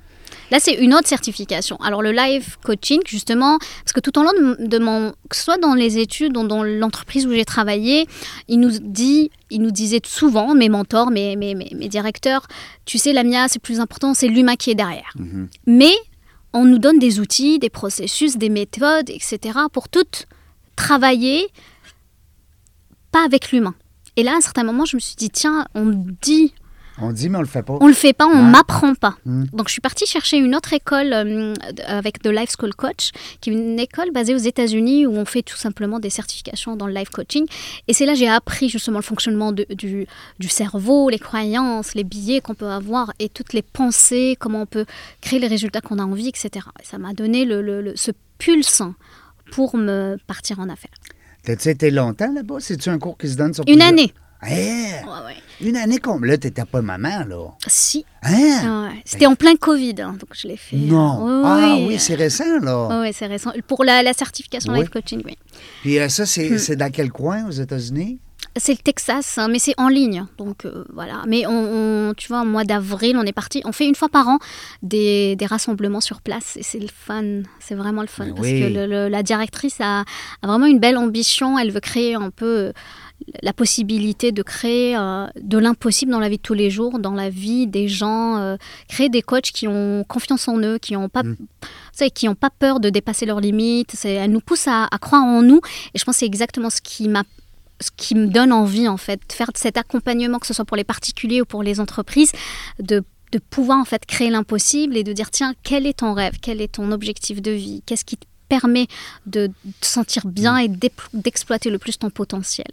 Speaker 2: Là, c'est une autre certification. Alors, le live coaching, justement, parce que tout au long de, de mon. que ce soit dans les études ou dans l'entreprise où j'ai travaillé, il nous, dit, il nous disait souvent, mes mentors, mes, mes, mes, mes directeurs, tu sais, la mia, c'est plus important, c'est l'humain qui est derrière.
Speaker 1: Mhm.
Speaker 2: Mais on nous donne des outils, des processus, des méthodes, etc., pour toutes travailler, pas avec l'humain. Et là, à un certain moment, je me suis dit, tiens, on me dit
Speaker 1: On dit, mais on le fait pas.
Speaker 2: on le fait pas, on
Speaker 1: Ouais.
Speaker 2: m'apprend pas.
Speaker 1: Mm.
Speaker 2: Donc je suis partie chercher une autre école euh, avec de Life School Coach, qui est une école basée aux États-Unis où on fait tout simplement des certifications dans le life coaching. Et c'est là que j'ai appris justement le fonctionnement de- du, du cerveau, les croyances, les billets qu'on peut avoir et toutes les pensées, comment on peut créer les résultats qu'on a envie, etc. Et ça m'a donné le, le- le- ce pulse pour me partir en affaires.
Speaker 1: T'as-tu été longtemps là-bas? C'est-tu un cours qui se donne sur
Speaker 2: Une
Speaker 1: plusieurs-
Speaker 2: année.
Speaker 1: Hein?
Speaker 2: Ouais, ouais.
Speaker 1: Une année comme là, t'étais pas maman, là.
Speaker 2: Si,
Speaker 1: Hein?
Speaker 2: ouais. c'était en plein Covid, hein, donc je l'ai fait.
Speaker 1: Non.
Speaker 2: Oui, Ah.
Speaker 1: ah
Speaker 2: oui.
Speaker 1: oui, c'est récent, là.
Speaker 2: Oui, c'est récent. Pour la, la certification
Speaker 1: Oui.
Speaker 2: life coaching, oui.
Speaker 1: Puis euh, ça, c'est
Speaker 2: Hmm.
Speaker 1: c'est dans quel coin aux États-Unis?
Speaker 2: C'est le Texas, hein, mais c'est en ligne. Donc euh, voilà. Mais on, on- tu vois, au mois d'avril, on est parti. On fait une fois par an des, des rassemblements sur place. Et c'est le fun. C'est vraiment le fun.
Speaker 1: Mais
Speaker 2: parce
Speaker 1: oui.
Speaker 2: que le- le- la directrice a, a vraiment une belle ambition. Elle veut créer un peu euh, la possibilité de créer euh, de l'impossible dans la vie de tous les jours, dans la vie des gens. euh, créer des coachs qui ont confiance en eux, qui n'ont
Speaker 1: Mm.
Speaker 2: pas, tu sais, qui ont pas peur de dépasser leurs limites. C'est- Elle nous pousse à, à croire en nous. Et je pense que c'est exactement ce qui m'a ce qui me donne envie en fait, de faire de cet accompagnement, que ce soit pour les particuliers ou pour les entreprises, de, de pouvoir en fait créer l'impossible et de dire tiens, quel est ton rêve, quel est ton objectif de vie, qu'est-ce qui te permet de te sentir bien et d'ép- d'exploiter le plus ton potentiel.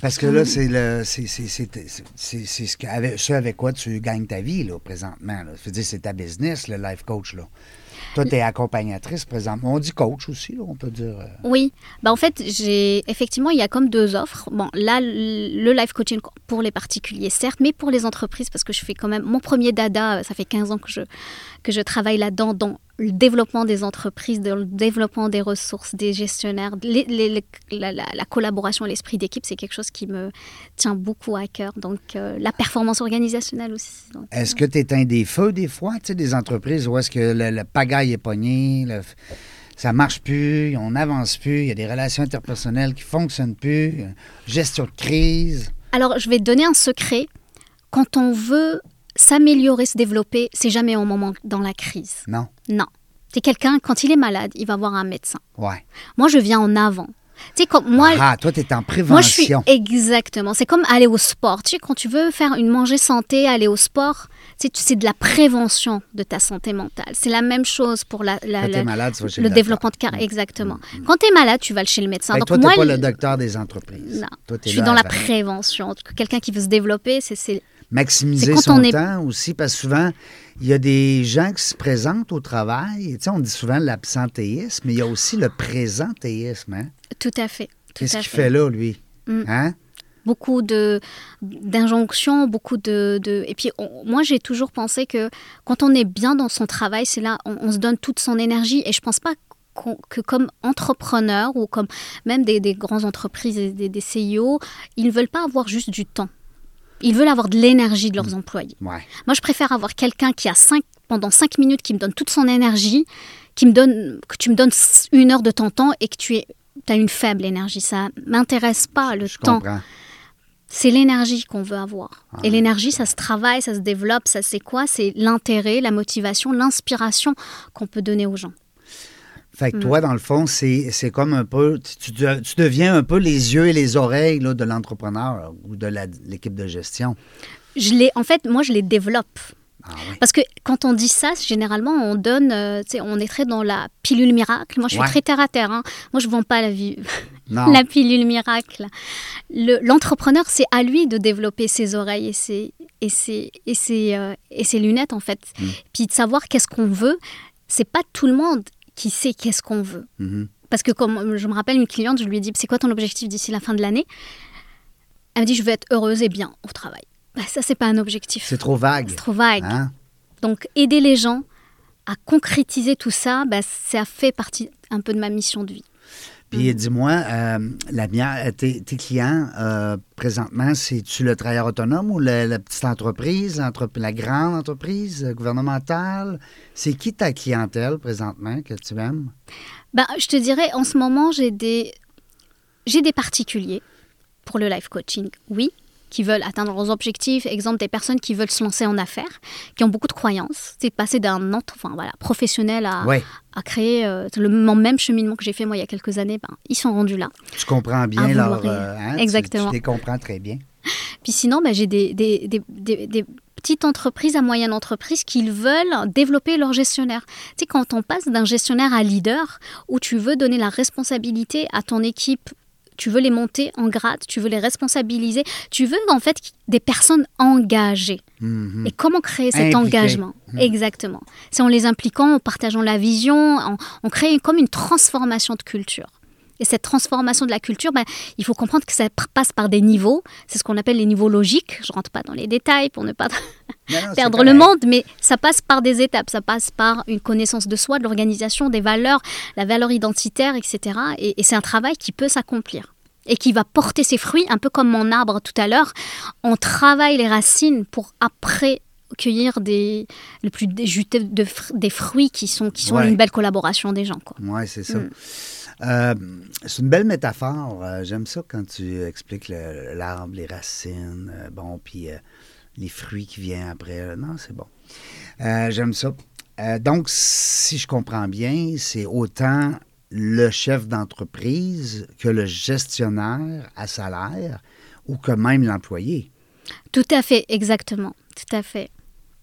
Speaker 1: Parce que là, c'est le c'est c'est- c'est- c'est- c'est- c'est ce, qu'avec- ce avec quoi tu gagnes ta vie, là, présentement. Là. Je veux dire, c'est ta business, le life coach, là. Toi, t'es accompagnatrice, présentement. On dit coach aussi, là, on peut dire. euh,
Speaker 2: Oui, bah en fait, j'ai effectivement, il y a comme deux offres. Bon, là, le le life coaching pour les particuliers, certes, mais pour les entreprises, parce que je fais quand même mon premier dada, euh, ça fait 15 ans que je, que je travaille là-dedans, dans le développement des entreprises, dans le développement des ressources, des gestionnaires, les- les- les- la, la- la collaboration et l'esprit d'équipe, c'est quelque chose qui me tient beaucoup à cœur. Donc, euh, la performance organisationnelle aussi. Donc,
Speaker 1: Est-ce que tu éteins des feux des fois, tu sais, des entreprises où est-ce que le, le pagaille est pogné, le f- ça marche plus, on n'avance plus, il y a des relations interpersonnelles qui fonctionnent plus, euh, gestion de crise.
Speaker 2: Alors, je vais te donner un secret. Quand on veut s'améliorer, se développer, c'est jamais au moment dans la crise.
Speaker 1: Non.
Speaker 2: Non. C'est quelqu'un, quand il est malade, il va voir un médecin.
Speaker 1: Ouais.
Speaker 2: Moi, je viens en avant. Tu sais, quand moi,
Speaker 1: ah, toi, tu es en prévention.
Speaker 2: moi, je suis exactement. C'est comme aller au sport. Tu sais, quand tu veux faire une manger santé, aller au sport, tu sais, tu- c'est de la prévention de ta santé mentale. C'est la même chose pour la, la-
Speaker 1: Quand t'es
Speaker 2: la-
Speaker 1: malade, Mm. tu vas chez
Speaker 2: le
Speaker 1: le
Speaker 2: développement de carrière. Exactement. Quand tu es malade, tu vas chez le médecin.
Speaker 1: Fait que
Speaker 2: Donc,
Speaker 1: Ben, toi, tu
Speaker 2: moi,
Speaker 1: pas le
Speaker 2: le-
Speaker 1: docteur des entreprises.
Speaker 2: non.
Speaker 1: Toi, t'es
Speaker 2: je suis
Speaker 1: là
Speaker 2: dans la
Speaker 1: avant.
Speaker 2: prévention. Quelqu'un qui veut se développer, c'est- c'est
Speaker 1: Maximiser
Speaker 2: C'est quand
Speaker 1: son
Speaker 2: on est-
Speaker 1: temps aussi, parce que souvent, il y a des gens qui se présentent au travail. Tu sais, on dit souvent l'absentéisme, mais il y a aussi le présentéisme. Hein?
Speaker 2: Tout à fait. tout
Speaker 1: Qu'est-ce
Speaker 2: à
Speaker 1: qu'il fait là, lui?
Speaker 2: Mm.
Speaker 1: Hein?
Speaker 2: Beaucoup de d'injonctions, beaucoup de, de- et puis on- moi j'ai toujours pensé que quand on est bien dans son travail, c'est là on, on se donne toute son énergie et je pense pas qu'on- que comme entrepreneur ou comme même des, des grandes entreprises, et des, des CEO, ils ne veulent pas avoir juste du temps. Ils veulent avoir de l'énergie de
Speaker 1: Mmh.
Speaker 2: leurs employés.
Speaker 1: Ouais.
Speaker 2: Moi, je préfère avoir quelqu'un qui a cinq, pendant cinq minutes, qui me donne toute son énergie, qui me donne, que tu me donnes une heure de ton temps et que tu es, as une faible énergie. Ça m'intéresse pas Ah, le
Speaker 1: Je
Speaker 2: temps.
Speaker 1: comprends.
Speaker 2: C'est l'énergie qu'on veut avoir. Et l'énergie, ça se travaille, ça se développe. Ça, c'est quoi C'est l'intérêt, la motivation, l'inspiration qu'on peut donner aux gens.
Speaker 1: Fait que
Speaker 2: Mm.
Speaker 1: toi, dans le fond, c'est c'est comme un peu. Tu, tu de- tu deviens un peu les yeux et les oreilles là, de l'entrepreneur ou de la- l'équipe de gestion.
Speaker 2: Je les, en fait, moi, je les développe.
Speaker 1: Ah oui.
Speaker 2: Parce que quand on dit ça, généralement, on donne, euh, tu sais, on est très dans la pilule miracle. Moi, je suis
Speaker 1: Ouais.
Speaker 2: très terre à terre. hein. Moi, je vends pas la vie,
Speaker 1: Non.
Speaker 2: la pilule miracle. Le- L'entrepreneur, c'est à lui de développer ses oreilles et ses, et ses, et ses, euh, et ses lunettes, en fait.
Speaker 1: Mm.
Speaker 2: Puis de savoir qu'est-ce qu'on veut. C'est pas tout le monde qui sait qu'est-ce qu'on veut.
Speaker 1: Mhm.
Speaker 2: Parce que comme je me rappelle une cliente, je lui ai dit, c'est quoi ton objectif d'ici la fin de l'année Elle me dit, je veux être heureuse et bien au travail. Bah, ça, c'est pas un objectif.
Speaker 1: C'est trop vague.
Speaker 2: C'est trop vague.
Speaker 1: Hein?
Speaker 2: Donc aider les gens à concrétiser tout ça, bah, ça fait partie un peu de ma mission de vie. Mm-hmm.
Speaker 1: Puis dis-moi, euh, la mienne- euh, tes, tes clients, euh, présentement, c'est-tu le travailleur autonome ou la, la petite entreprise, l'entrep- la grande entreprise euh, gouvernementale? C'est qui ta clientèle présentement que tu aimes?
Speaker 2: Bah, je te dirais, en ce moment, j'ai des, j'ai des particuliers pour le life coaching, oui. qui veulent atteindre leurs objectifs, exemple des personnes qui veulent se lancer en affaires, qui ont beaucoup de croyances. C'est passer d'un entre, enfin, voilà, professionnel à,
Speaker 1: Ouais.
Speaker 2: à créer euh, le mon même cheminement que j'ai fait moi il y a quelques années. Ben, ils sont rendus là.
Speaker 1: Tu comprends bien
Speaker 2: À
Speaker 1: leur.
Speaker 2: vouloir y-
Speaker 1: euh, hein, tu-
Speaker 2: Ah, Exactement.
Speaker 1: Tu, les comprends très bien.
Speaker 2: Puis sinon, ben, j'ai des, des- des- des- des petites entreprises à moyenne entreprise qui veulent développer leur gestionnaire. Tu sais, quand on passe d'un gestionnaire à leader, où tu veux donner la responsabilité à ton équipe, tu veux les monter en grade, tu veux les responsabiliser, tu veux en fait des personnes engagées.
Speaker 1: Mhm.
Speaker 2: Et comment créer cet
Speaker 1: Impliquer.
Speaker 2: engagement Exactement. C'est en les impliquant, en partageant la vision, en, on crée comme une transformation de culture. Et cette transformation de la culture, ben, il faut comprendre que ça pr- passe par des niveaux. C'est ce qu'on appelle les niveaux logiques. Je rentre pas dans les détails pour ne pas
Speaker 1: Non, non, c'est
Speaker 2: perdre
Speaker 1: correct.
Speaker 2: le monde, mais ça passe par des étapes. Ça passe par une connaissance de soi, de l'organisation, des valeurs, la valeur identitaire, etc. Et, et c'est un travail qui peut s'accomplir et qui va porter ses fruits, un peu comme mon arbre tout à l'heure. On travaille les racines pour après cueillir des le plus des juteux de fr- des fruits qui sont qui sont
Speaker 1: Ouais.
Speaker 2: une belle collaboration des gens quoi.
Speaker 1: Oui, c'est ça.
Speaker 2: Mm.
Speaker 1: Euh, c'est une belle métaphore. Euh, J'aime ça quand tu expliques le- l'arbre, les racines, euh, bon, puis euh, les fruits qui viennent après. Euh, Non, c'est bon. Euh, J'aime ça. Euh, donc, si je comprends bien, c'est autant le chef d'entreprise que le gestionnaire à salaire ou que même l'employé.
Speaker 2: Tout à fait, exactement. Tout à fait.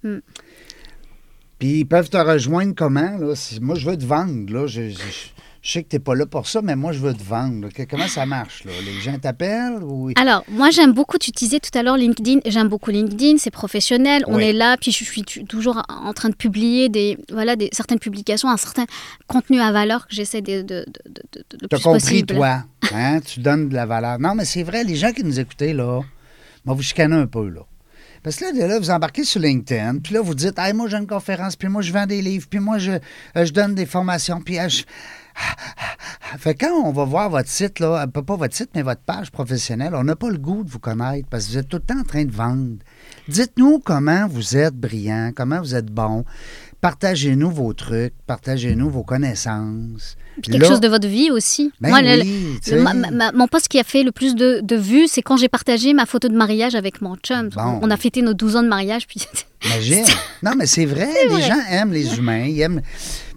Speaker 1: Puis ils peuvent te rejoindre comment? Là? Si- moi, je veux te vendre. Là. Je, je- je- je sais que tu n'es pas là pour ça, mais moi, je veux te vendre. là. Que- Comment ça marche? Là? Les gens t'appellent ou...
Speaker 2: Alors, moi, j'aime beaucoup, tu disais tout à l'heure LinkedIn, j'aime beaucoup LinkedIn, c'est professionnel, on
Speaker 1: Oui.
Speaker 2: est là, puis je suis tu- toujours en train de publier des, voilà, des, certaines publications, un certain contenu à valeur que j'essaie de, de, de, de- de- de- le
Speaker 1: T'as
Speaker 2: plus
Speaker 1: compris,
Speaker 2: possible.
Speaker 1: toi. Hein? tu donnes de la valeur. Non, mais c'est vrai, les gens qui nous écoutaient, là, moi, vous chicanez un peu, là. Parce que là, de là, vous embarquez sur LinkedIn, puis là, vous dites, hey, moi, j'ai une conférence, puis moi, je vends des livres, puis moi, je, euh, je donne des formations, puis ah, je... Fait que quand on va voir votre site, là, euh, pas pas votre site, mais votre page professionnelle, on n'a pas le goût de vous connaître parce que vous êtes tout le temps en train de vendre. Dites-nous comment vous êtes brillant, comment vous êtes bon. Partagez-nous vos trucs, partagez-nous vos connaissances.
Speaker 2: Puis quelque
Speaker 1: Là-
Speaker 2: chose de votre vie aussi.
Speaker 1: ben
Speaker 2: Moi, le-
Speaker 1: oui,
Speaker 2: le-
Speaker 1: tu sais.
Speaker 2: ma- ma- mon poste qui a fait le plus de, de vues, c'est quand j'ai partagé ma photo de mariage avec mon chum.
Speaker 1: Bon.
Speaker 2: On a fêté nos 12 ans de mariage, puis
Speaker 1: Imagine. non, mais c'est vrai, les gens aiment les humains. Ils aiment...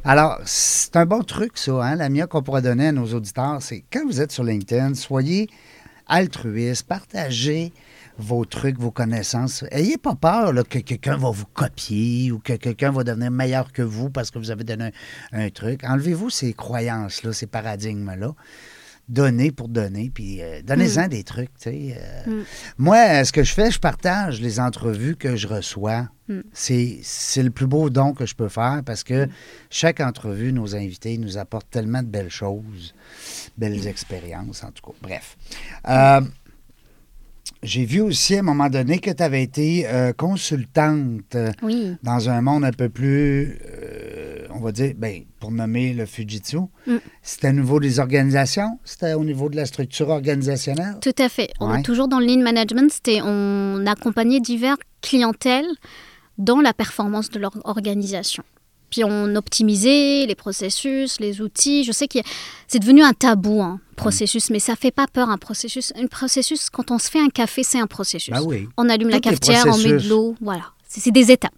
Speaker 1: Alors, c'est un bon truc, ça, hein, la mienne qu'on pourrait donner à nos auditeurs, c'est quand vous êtes sur LinkedIn, soyez altruiste, partagez vos trucs, vos connaissances. Ayez pas peur là, que quelqu'un va vous copier ou que quelqu'un va devenir meilleur que vous parce que vous avez donné un, un truc. Enlevez-vous ces croyances-là, ces paradigmes-là. Donnez pour donner, puis euh,
Speaker 2: Mm.
Speaker 1: donnez-en des trucs. tu sais, euh. Moi, euh, ce que je fais, je partage les entrevues que je reçois. C'est c'est le plus beau don que je peux faire parce que chaque entrevue, nos invités nous apportent tellement de belles choses, belles expériences, en tout cas. Bref. Euh, j'ai vu aussi à un moment donné que tu avais été euh, consultante euh,
Speaker 2: oui.
Speaker 1: dans un monde un peu plus, euh, on va dire, ben, pour nommer le Fujitsu.
Speaker 2: Mm.
Speaker 1: C'était au niveau des organisations, c'était au niveau de la structure organisationnelle.
Speaker 2: Tout à fait. On
Speaker 1: Ouais.
Speaker 2: est toujours dans le lean management. C'était on accompagnait divers clientèles dans la performance de leur organisation. Puis on optimisait les processus, les outils. Je sais que c'est devenu un tabou, un
Speaker 1: Mm.
Speaker 2: processus, mais ça fait pas peur un processus. Un processus, quand on se fait un café, c'est un processus.
Speaker 1: Ben oui.
Speaker 2: On allume la
Speaker 1: Tout est
Speaker 2: cafetière, on met de
Speaker 1: processus.
Speaker 2: l'eau, voilà. C'est c'est des étapes.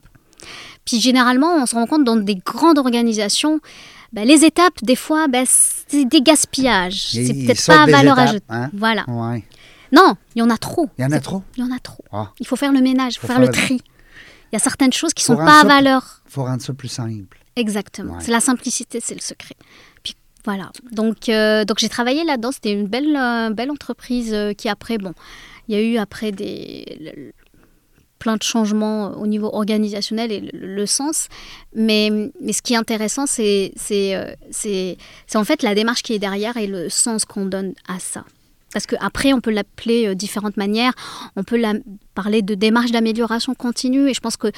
Speaker 2: Puis généralement, on se rend compte dans des grandes organisations, ben, les étapes, des fois, ben, c'est des gaspillages.
Speaker 1: Ils-
Speaker 2: C'est
Speaker 1: ils
Speaker 2: peut-être
Speaker 1: sautent
Speaker 2: pas à
Speaker 1: des
Speaker 2: valeur
Speaker 1: étapes,
Speaker 2: ajoutée.
Speaker 1: hein.
Speaker 2: Voilà.
Speaker 1: Ouais.
Speaker 2: Non, il y en a trop.
Speaker 1: Il y en a
Speaker 2: Ah. C'est-
Speaker 1: trop?
Speaker 2: Il y en a trop.
Speaker 1: Ah,
Speaker 2: Il faut faire le ménage, il faut, faire, le tri. Il y a certaines choses qui
Speaker 1: Faut
Speaker 2: sont
Speaker 1: rendre
Speaker 2: pas à
Speaker 1: ça-
Speaker 2: valeur.
Speaker 1: faut rendre ça plus simple.
Speaker 2: Exactement.
Speaker 1: Ouais.
Speaker 2: C'est la simplicité, c'est le secret. Puis voilà. Donc, euh, donc j'ai travaillé là-dedans. C'était une belle, euh, belle entreprise euh, qui après, bon, il y a eu après des le- le- plein de changements euh, au niveau organisationnel et le, le sens. Mais, mais ce qui est intéressant, c'est c'est euh, c'est c'est en fait la démarche qui est derrière et le sens qu'on donne à ça. Parce qu'après, on peut l'appeler euh, différentes manières. On peut la, parler de démarche d'amélioration continue. Et je pense que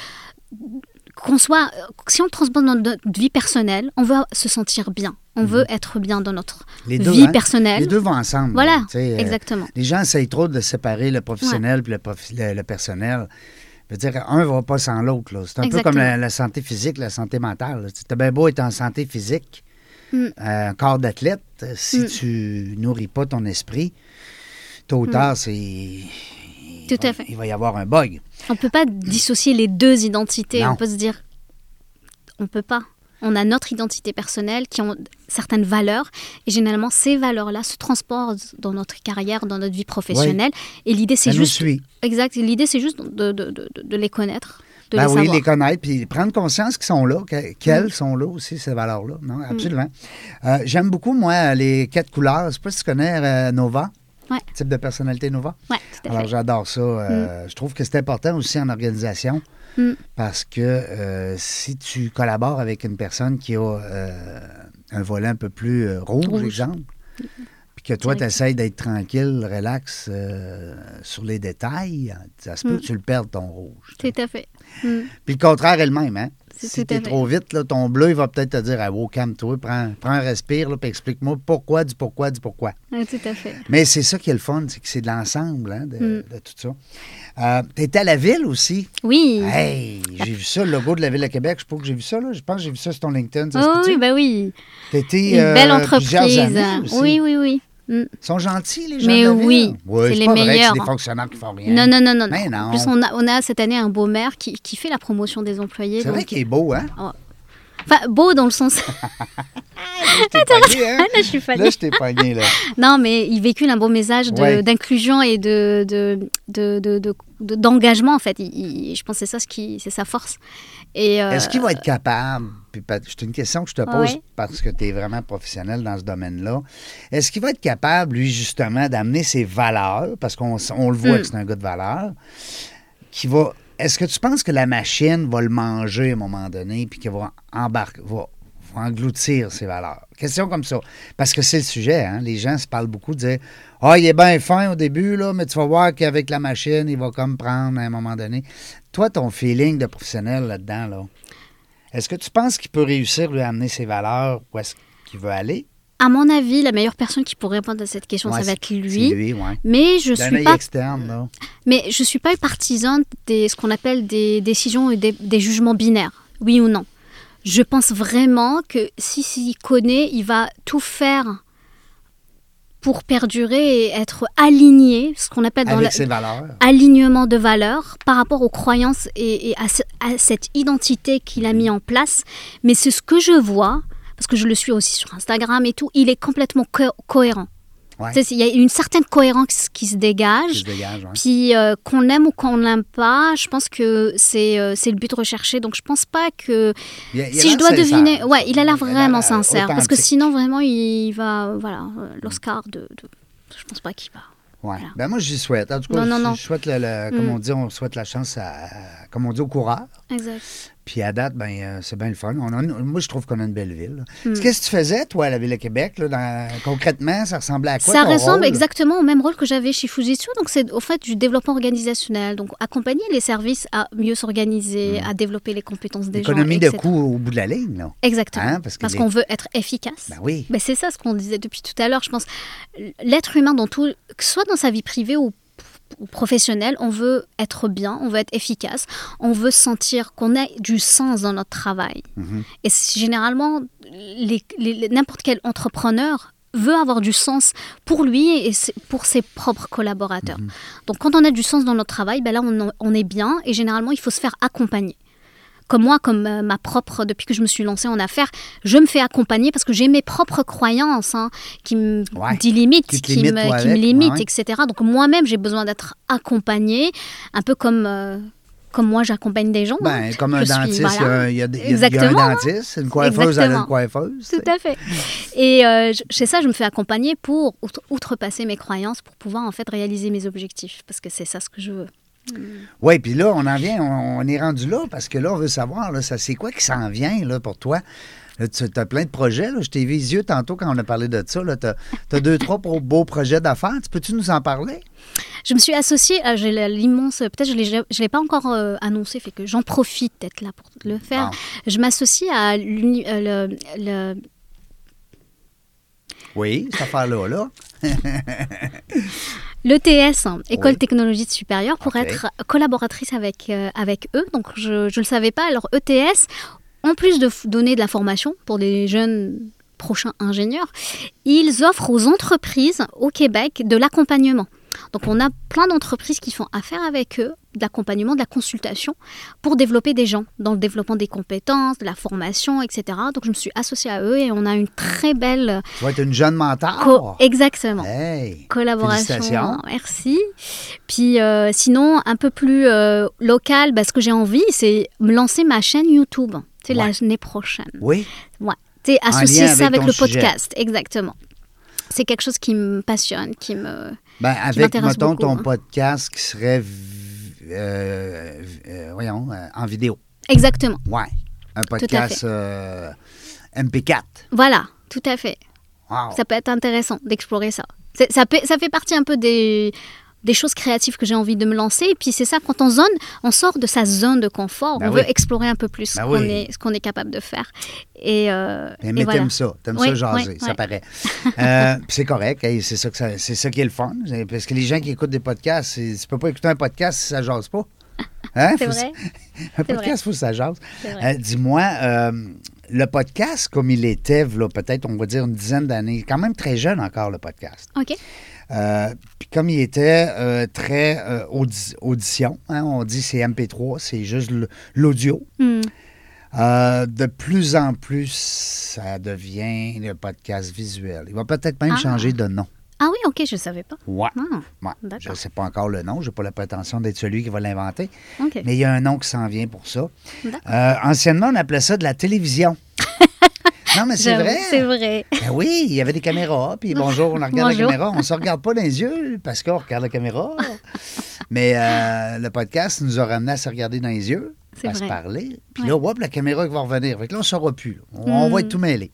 Speaker 2: qu'on soit, euh, si on le transpose dans notre vie personnelle, on veut se sentir bien. On veut être bien dans notre
Speaker 1: Mhm. Les deux,
Speaker 2: vie
Speaker 1: hein.
Speaker 2: personnelle.
Speaker 1: Les deux vont ensemble.
Speaker 2: Voilà,
Speaker 1: là, tu sais, euh,
Speaker 2: exactement.
Speaker 1: les gens essayent trop de séparer le professionnel puis le, profi- le- le personnel. Je veux dire, un va pas sans l'autre. là. C'est un peu
Speaker 2: Exactement.
Speaker 1: comme la, la santé physique, la santé mentale. là. C'est bien beau être en santé physique,
Speaker 2: Mm.
Speaker 1: euh, corps d'athlète, euh, si tu nourris pas ton esprit, tôt ou tard, c'est... il
Speaker 2: Mm. Tout à
Speaker 1: va-
Speaker 2: fait.
Speaker 1: il va y avoir un bug.
Speaker 2: On peut pas dissocier les deux identités.
Speaker 1: Non.
Speaker 2: On peut se dire, on peut pas. On a notre identité personnelle qui ont certaines valeurs et généralement ces valeurs-là se transportent dans notre carrière, dans notre vie professionnelle. Et l'idée c'est
Speaker 1: Ça nous
Speaker 2: juste,
Speaker 1: suit.
Speaker 2: exact. L'idée c'est juste de, de- de- de- de les connaître, de
Speaker 1: Ben
Speaker 2: les
Speaker 1: oui,
Speaker 2: savoir. Mm.
Speaker 1: les connaître, puis prendre conscience qu'ils sont là, que- qu'elles sont là aussi, ces valeurs-là. Non, absolument. Euh, J'aime beaucoup, moi, les quatre couleurs. Je sais pas si tu connais euh, Nova.
Speaker 2: Ouais.
Speaker 1: Type de personnalité Nova.
Speaker 2: Ouais, tout à
Speaker 1: Alors,
Speaker 2: fait.
Speaker 1: j'adore ça. Euh, Je trouve que c'est important aussi en organisation
Speaker 2: Mm.
Speaker 1: parce que euh, si tu collabores avec une personne qui a euh, un volet un peu plus euh, rouge,
Speaker 2: Rouge.
Speaker 1: exemple, puis que toi,
Speaker 2: Direct.
Speaker 1: tu essaies d'être tranquille, relax euh, sur les détails, ça se peut
Speaker 2: Mm.
Speaker 1: que tu le perdes, ton rouge.
Speaker 2: Tout à fait. Mm.
Speaker 1: Puis le contraire est le même, hein?
Speaker 2: C'est
Speaker 1: Si
Speaker 2: tout à
Speaker 1: t'es
Speaker 2: fait.
Speaker 1: trop vite, là, ton bleu, il va peut-être te dire Ah, wow, calme-toi, prends, prends un respire, là, puis explique-moi pourquoi, du pourquoi, du pourquoi.
Speaker 2: Ouais, tout à fait.
Speaker 1: Mais c'est ça qui est le fun, c'est que c'est de l'ensemble hein, de,
Speaker 2: Mm.
Speaker 1: de tout ça. Euh, T'étais à la ville aussi.
Speaker 2: Oui.
Speaker 1: Hey, j'ai vu ça, le logo de la Ville de Québec. Je sais pas que j'ai vu ça, là. Je pense que j'ai vu ça sur ton LinkedIn. ça se
Speaker 2: Oh, oui,
Speaker 1: peut-tu?
Speaker 2: bah oui.
Speaker 1: T'étais,
Speaker 2: Une
Speaker 1: euh,
Speaker 2: belle
Speaker 1: plusieurs
Speaker 2: entreprise. Ah, hein.
Speaker 1: années aussi.
Speaker 2: Oui, oui, oui. Mm.
Speaker 1: Ils sont gentils, les gens
Speaker 2: Mais
Speaker 1: de la ville.
Speaker 2: oui,
Speaker 1: Ouais,
Speaker 2: c'est
Speaker 1: c'est
Speaker 2: les
Speaker 1: pas vrai que
Speaker 2: meilleurs.
Speaker 1: C'est des fonctionnaires qui font rien.
Speaker 2: Non, non, non, non.
Speaker 1: Mais non.
Speaker 2: En plus, on a, on a cette année un beau maire qui, qui fait la promotion des employés.
Speaker 1: C'est
Speaker 2: donc-
Speaker 1: vrai qu'il est beau, hein?
Speaker 2: Enfin, beau dans le sens.
Speaker 1: Je t'ai pogné, hein?
Speaker 2: Ah, Là, je suis fanée.
Speaker 1: Là, je t'ai pogné, là.
Speaker 2: Non, mais il véhicule un beau message de-
Speaker 1: Ouais.
Speaker 2: d'inclusion et de de- de- de- de- de- d'engagement en fait. Il- il- je pense que c'est ça ce qui c'est sa force. Et euh,
Speaker 1: Est-ce qu'il va être capable, puis Pat- c'est une question que je te pose
Speaker 2: Ouais.
Speaker 1: parce que tu es vraiment professionnel dans ce domaine-là, est-ce qu'il va être capable, lui, justement, d'amener ses valeurs, parce qu'on s- on le voit
Speaker 2: Mm.
Speaker 1: que c'est un gars de valeurs, qui va... Est-ce que tu penses que la machine va le manger à un moment donné, puis qu'elle va embarquer, va, va engloutir ses valeurs? Question comme ça. Parce que c'est le sujet, hein? Les gens se parlent beaucoup, disent « Ah, il est bien fin au début, là, mais tu vas voir qu'avec la machine, il va comme prendre à un moment donné. » Toi, ton feeling de professionnel là-dedans, là, est-ce que tu penses qu'il peut réussir lui amener ses valeurs où est-ce qu'il veut aller?
Speaker 2: à mon avis, la meilleure personne qui pourrait répondre à cette question,
Speaker 1: Ouais,
Speaker 2: ça va être
Speaker 1: c'est-
Speaker 2: lui.
Speaker 1: C'est lui, oui.
Speaker 2: Mais je
Speaker 1: D'un
Speaker 2: suis
Speaker 1: œil
Speaker 2: pas Euh,
Speaker 1: externe, là.
Speaker 2: Mais je ne suis pas partisane de ce qu'on appelle des décisions et des, des jugements binaires, oui ou non. Je pense vraiment que si s'il connaît, il va tout faire pour perdurer et être aligné, ce qu'on appelle dans
Speaker 1: Avec
Speaker 2: la-
Speaker 1: ses valeurs.
Speaker 2: alignement de valeurs par rapport aux croyances et, et à, ce- à cette identité qu'il a
Speaker 1: Mhm.
Speaker 2: mis en place. Mais c'est ce que je vois, parce que je le suis aussi sur Instagram et tout, il est complètement co- cohérent.
Speaker 1: Ouais.
Speaker 2: Tu sais, Il y a une certaine cohérence qui se
Speaker 1: qui
Speaker 2: dégage.
Speaker 1: se dégagent, ouais.
Speaker 2: Puis euh, qu'on aime ou qu'on n'aime pas, je pense que c'est euh, c'est le but recherché. Donc je pense pas que
Speaker 1: Il a- il a
Speaker 2: si
Speaker 1: l'air
Speaker 2: je dois
Speaker 1: sincère.
Speaker 2: deviner, ouais, il a l'air vraiment
Speaker 1: euh,
Speaker 2: sincère parce que
Speaker 1: authentique.
Speaker 2: sinon vraiment il va euh, voilà euh, l'Oscar de, de- je pense pas qu'il va.
Speaker 1: Ouais.
Speaker 2: Voilà.
Speaker 1: Ben moi, j'y souhaite. En tout cas,
Speaker 2: Non, non,
Speaker 1: je-
Speaker 2: non.
Speaker 1: je souhaite, le, le- comme
Speaker 2: Mm.
Speaker 1: on dit, on souhaite la chance, à, comme on dit, au coureur.
Speaker 2: Exact.
Speaker 1: Puis à date, ben, euh, c'est bien le fun. On a une- moi, je trouve qu'on a une belle ville. là.
Speaker 2: Mm.
Speaker 1: Qu'est-ce que tu faisais, toi, à la Ville de Québec? là, dans- concrètement, ça ressemblait à quoi?
Speaker 2: Ça
Speaker 1: ton
Speaker 2: ressemble
Speaker 1: rôle?
Speaker 2: exactement au même rôle que j'avais chez Fujitsu. Donc c'est au fait du développement organisationnel. Donc accompagner les services à mieux s'organiser, à développer les compétences des
Speaker 1: Hmm. L'économie
Speaker 2: gens.
Speaker 1: de
Speaker 2: etc.
Speaker 1: coûts au bout de la ligne, là.
Speaker 2: Exactement.
Speaker 1: Hein, parce que les-
Speaker 2: qu'on veut être efficace.
Speaker 1: Ben oui.
Speaker 2: Ben, c'est ça ce qu'on disait depuis tout à l'heure. Je pense l'être humain, dans tout, que ce soit dans sa vie privée ou, ou professionnelle, on veut être bien, on veut être efficace, on veut sentir qu'on a du sens dans notre travail. Et c'est généralement, les- les- les- n'importe quel entrepreneur veut avoir du sens pour lui et c'est- pour ses propres collaborateurs.
Speaker 1: Mhm.
Speaker 2: Donc quand on a du sens dans notre travail, ben là on, en- on est bien et généralement il faut se faire accompagner. Comme moi, comme euh, ma propre, depuis que je me suis lancée en affaires, je me fais accompagner parce que j'ai mes propres croyances hein, qui me
Speaker 1: Ouais.
Speaker 2: délimitent,
Speaker 1: Qui
Speaker 2: qui,
Speaker 1: te limitent,
Speaker 2: me,
Speaker 1: toi,
Speaker 2: qui me
Speaker 1: avec,
Speaker 2: limitent,
Speaker 1: ouais.
Speaker 2: etc. Donc moi-même, j'ai besoin d'être accompagnée, un peu comme, euh, comme moi j'accompagne des gens. hein.
Speaker 1: Ben, comme un
Speaker 2: Je suis-
Speaker 1: dentiste,
Speaker 2: voilà.
Speaker 1: il y a un- il y, a des- il y a- il y a
Speaker 2: Exactement,
Speaker 1: un
Speaker 2: hein.
Speaker 1: dentiste, une coiffeuse, elle a une
Speaker 2: Exactement.
Speaker 1: coiffeuse. tu sais.
Speaker 2: Tout à fait. Et euh, je- chez ça, je me fais accompagner pour outre- outrepasser mes croyances, pour pouvoir en fait réaliser mes objectifs, parce que c'est ça ce que je veux.
Speaker 1: Oui, puis là, on en vient, on, on est rendu là parce que là, on veut savoir, là, ça, c'est quoi qui s'en vient là, pour toi? Là, tu as plein de projets. Là. Je t'ai vu les yeux tantôt quand on a parlé de ça. Tu as, deux, trois pro- beaux projets d'affaires. Tu Peux-tu nous en parler?
Speaker 2: Je me suis associée, à- j'ai la- l'immense, peut-être je ne l'ai, je l'ai pas encore euh, annoncé, fait que j'en profite d'être là pour le faire.
Speaker 1: Bon.
Speaker 2: Je m'associe à l'uni- euh, le- le-
Speaker 1: Oui, cette affaire-là. Là.
Speaker 2: l'ETS, hein, École
Speaker 1: Oui.
Speaker 2: Technologie Supérieure, pour
Speaker 1: Ok.
Speaker 2: être collaboratrice avec, euh, avec eux. Donc je ne le savais pas. Alors ETS, en plus de f- donner de la formation pour les jeunes prochains ingénieurs, ils offrent aux entreprises au Québec de l'accompagnement. Donc on a plein d'entreprises qui font affaire avec eux, de l'accompagnement, de la consultation, pour développer des gens, dans le développement des compétences, de la formation, etc. Donc je me suis associée à eux et on a une très belle...
Speaker 1: Tu vas être une jeune
Speaker 2: co-
Speaker 1: mentor.
Speaker 2: Exactement.
Speaker 1: Hey!
Speaker 2: collaboration.
Speaker 1: Félicitations.
Speaker 2: Merci. Puis euh, sinon, un peu plus euh, local, bah, ce que j'ai envie, c'est me lancer ma chaîne YouTube. C'est
Speaker 1: Ouais.
Speaker 2: l'année prochaine.
Speaker 1: Oui,
Speaker 2: Ouais. Tu sais,
Speaker 1: En
Speaker 2: associer
Speaker 1: lien
Speaker 2: ça
Speaker 1: avec
Speaker 2: avec
Speaker 1: ton
Speaker 2: le
Speaker 1: sujet.
Speaker 2: podcast. Exactement. C'est quelque chose qui me passionne, qui me.
Speaker 1: ben, avec,
Speaker 2: m'intéresse
Speaker 1: mettons,
Speaker 2: beaucoup,
Speaker 1: ton
Speaker 2: hein.
Speaker 1: podcast qui serait, vi- euh, euh, voyons, euh, en vidéo.
Speaker 2: Exactement.
Speaker 1: Ouais. Un podcast euh, MP4.
Speaker 2: Voilà, tout à fait.
Speaker 1: Wow.
Speaker 2: Ça peut être intéressant d'explorer ça. C'est- Ça, peut- ça fait partie un peu des, des choses créatives que j'ai envie de me lancer. Et puis c'est ça, quand on zone, on sort de sa zone de confort.
Speaker 1: Ben
Speaker 2: on
Speaker 1: oui.
Speaker 2: veut explorer un peu plus
Speaker 1: Ben
Speaker 2: ce qu'on
Speaker 1: oui.
Speaker 2: est, ce qu'on est capable de faire. Et, euh,
Speaker 1: Mais
Speaker 2: et
Speaker 1: mais
Speaker 2: voilà.
Speaker 1: t'aimes ça, t'aimes
Speaker 2: Oui,
Speaker 1: ça jaser,
Speaker 2: oui,
Speaker 1: ça
Speaker 2: oui.
Speaker 1: paraît. Euh, puis c'est correct, hey, c'est ça, que ça- c'est ça qui est le fun. c'est- Parce que les gens qui écoutent des podcasts, c'est- tu peux pas écouter un podcast si ça jase pas. Hein?
Speaker 2: C'est
Speaker 1: Faut-
Speaker 2: vrai.
Speaker 1: Un
Speaker 2: C'est
Speaker 1: podcast, il faut que ça jase.
Speaker 2: C'est vrai.
Speaker 1: Euh, Dis-moi, euh, le podcast, comme il était, v'là peut-être, on va dire, une dizaine d'années, quand même très jeune encore, le podcast.
Speaker 2: Ok.
Speaker 1: Euh, Puis comme il était euh, très euh, audi- audition, hein, on dit c'est MP3, c'est juste l- l'audio.
Speaker 2: Hmm.
Speaker 1: Euh, de plus en plus, ça devient le podcast visuel. Il va peut-être même
Speaker 2: Ah.
Speaker 1: changer de nom.
Speaker 2: Ah oui, ok, je savais pas.
Speaker 1: Ouais.
Speaker 2: Ah,
Speaker 1: Ouais.
Speaker 2: D'accord.
Speaker 1: Je ne sais pas encore le nom, je n'ai pas la prétention d'être celui qui va l'inventer,
Speaker 2: ok.
Speaker 1: mais il y a un nom qui s'en vient pour ça.
Speaker 2: D'accord.
Speaker 1: Euh, anciennement, on appelait ça de la télévision. non, mais c'est
Speaker 2: J'avoue,
Speaker 1: vrai.
Speaker 2: C'est vrai.
Speaker 1: Ben oui, il y avait des caméras, puis bonjour, on regarde
Speaker 2: Bonjour.
Speaker 1: la caméra. On ne se regarde pas dans les yeux parce qu'on regarde la caméra. Mais euh, le podcast nous a ramené à se regarder dans les yeux,
Speaker 2: C'est
Speaker 1: à se
Speaker 2: vrai.
Speaker 1: parler. Puis
Speaker 2: Ouais. Hmm.
Speaker 1: là, hop, la caméra qui va revenir. Fait que là, on ne saura plus. là. On, on va être tout mêlé.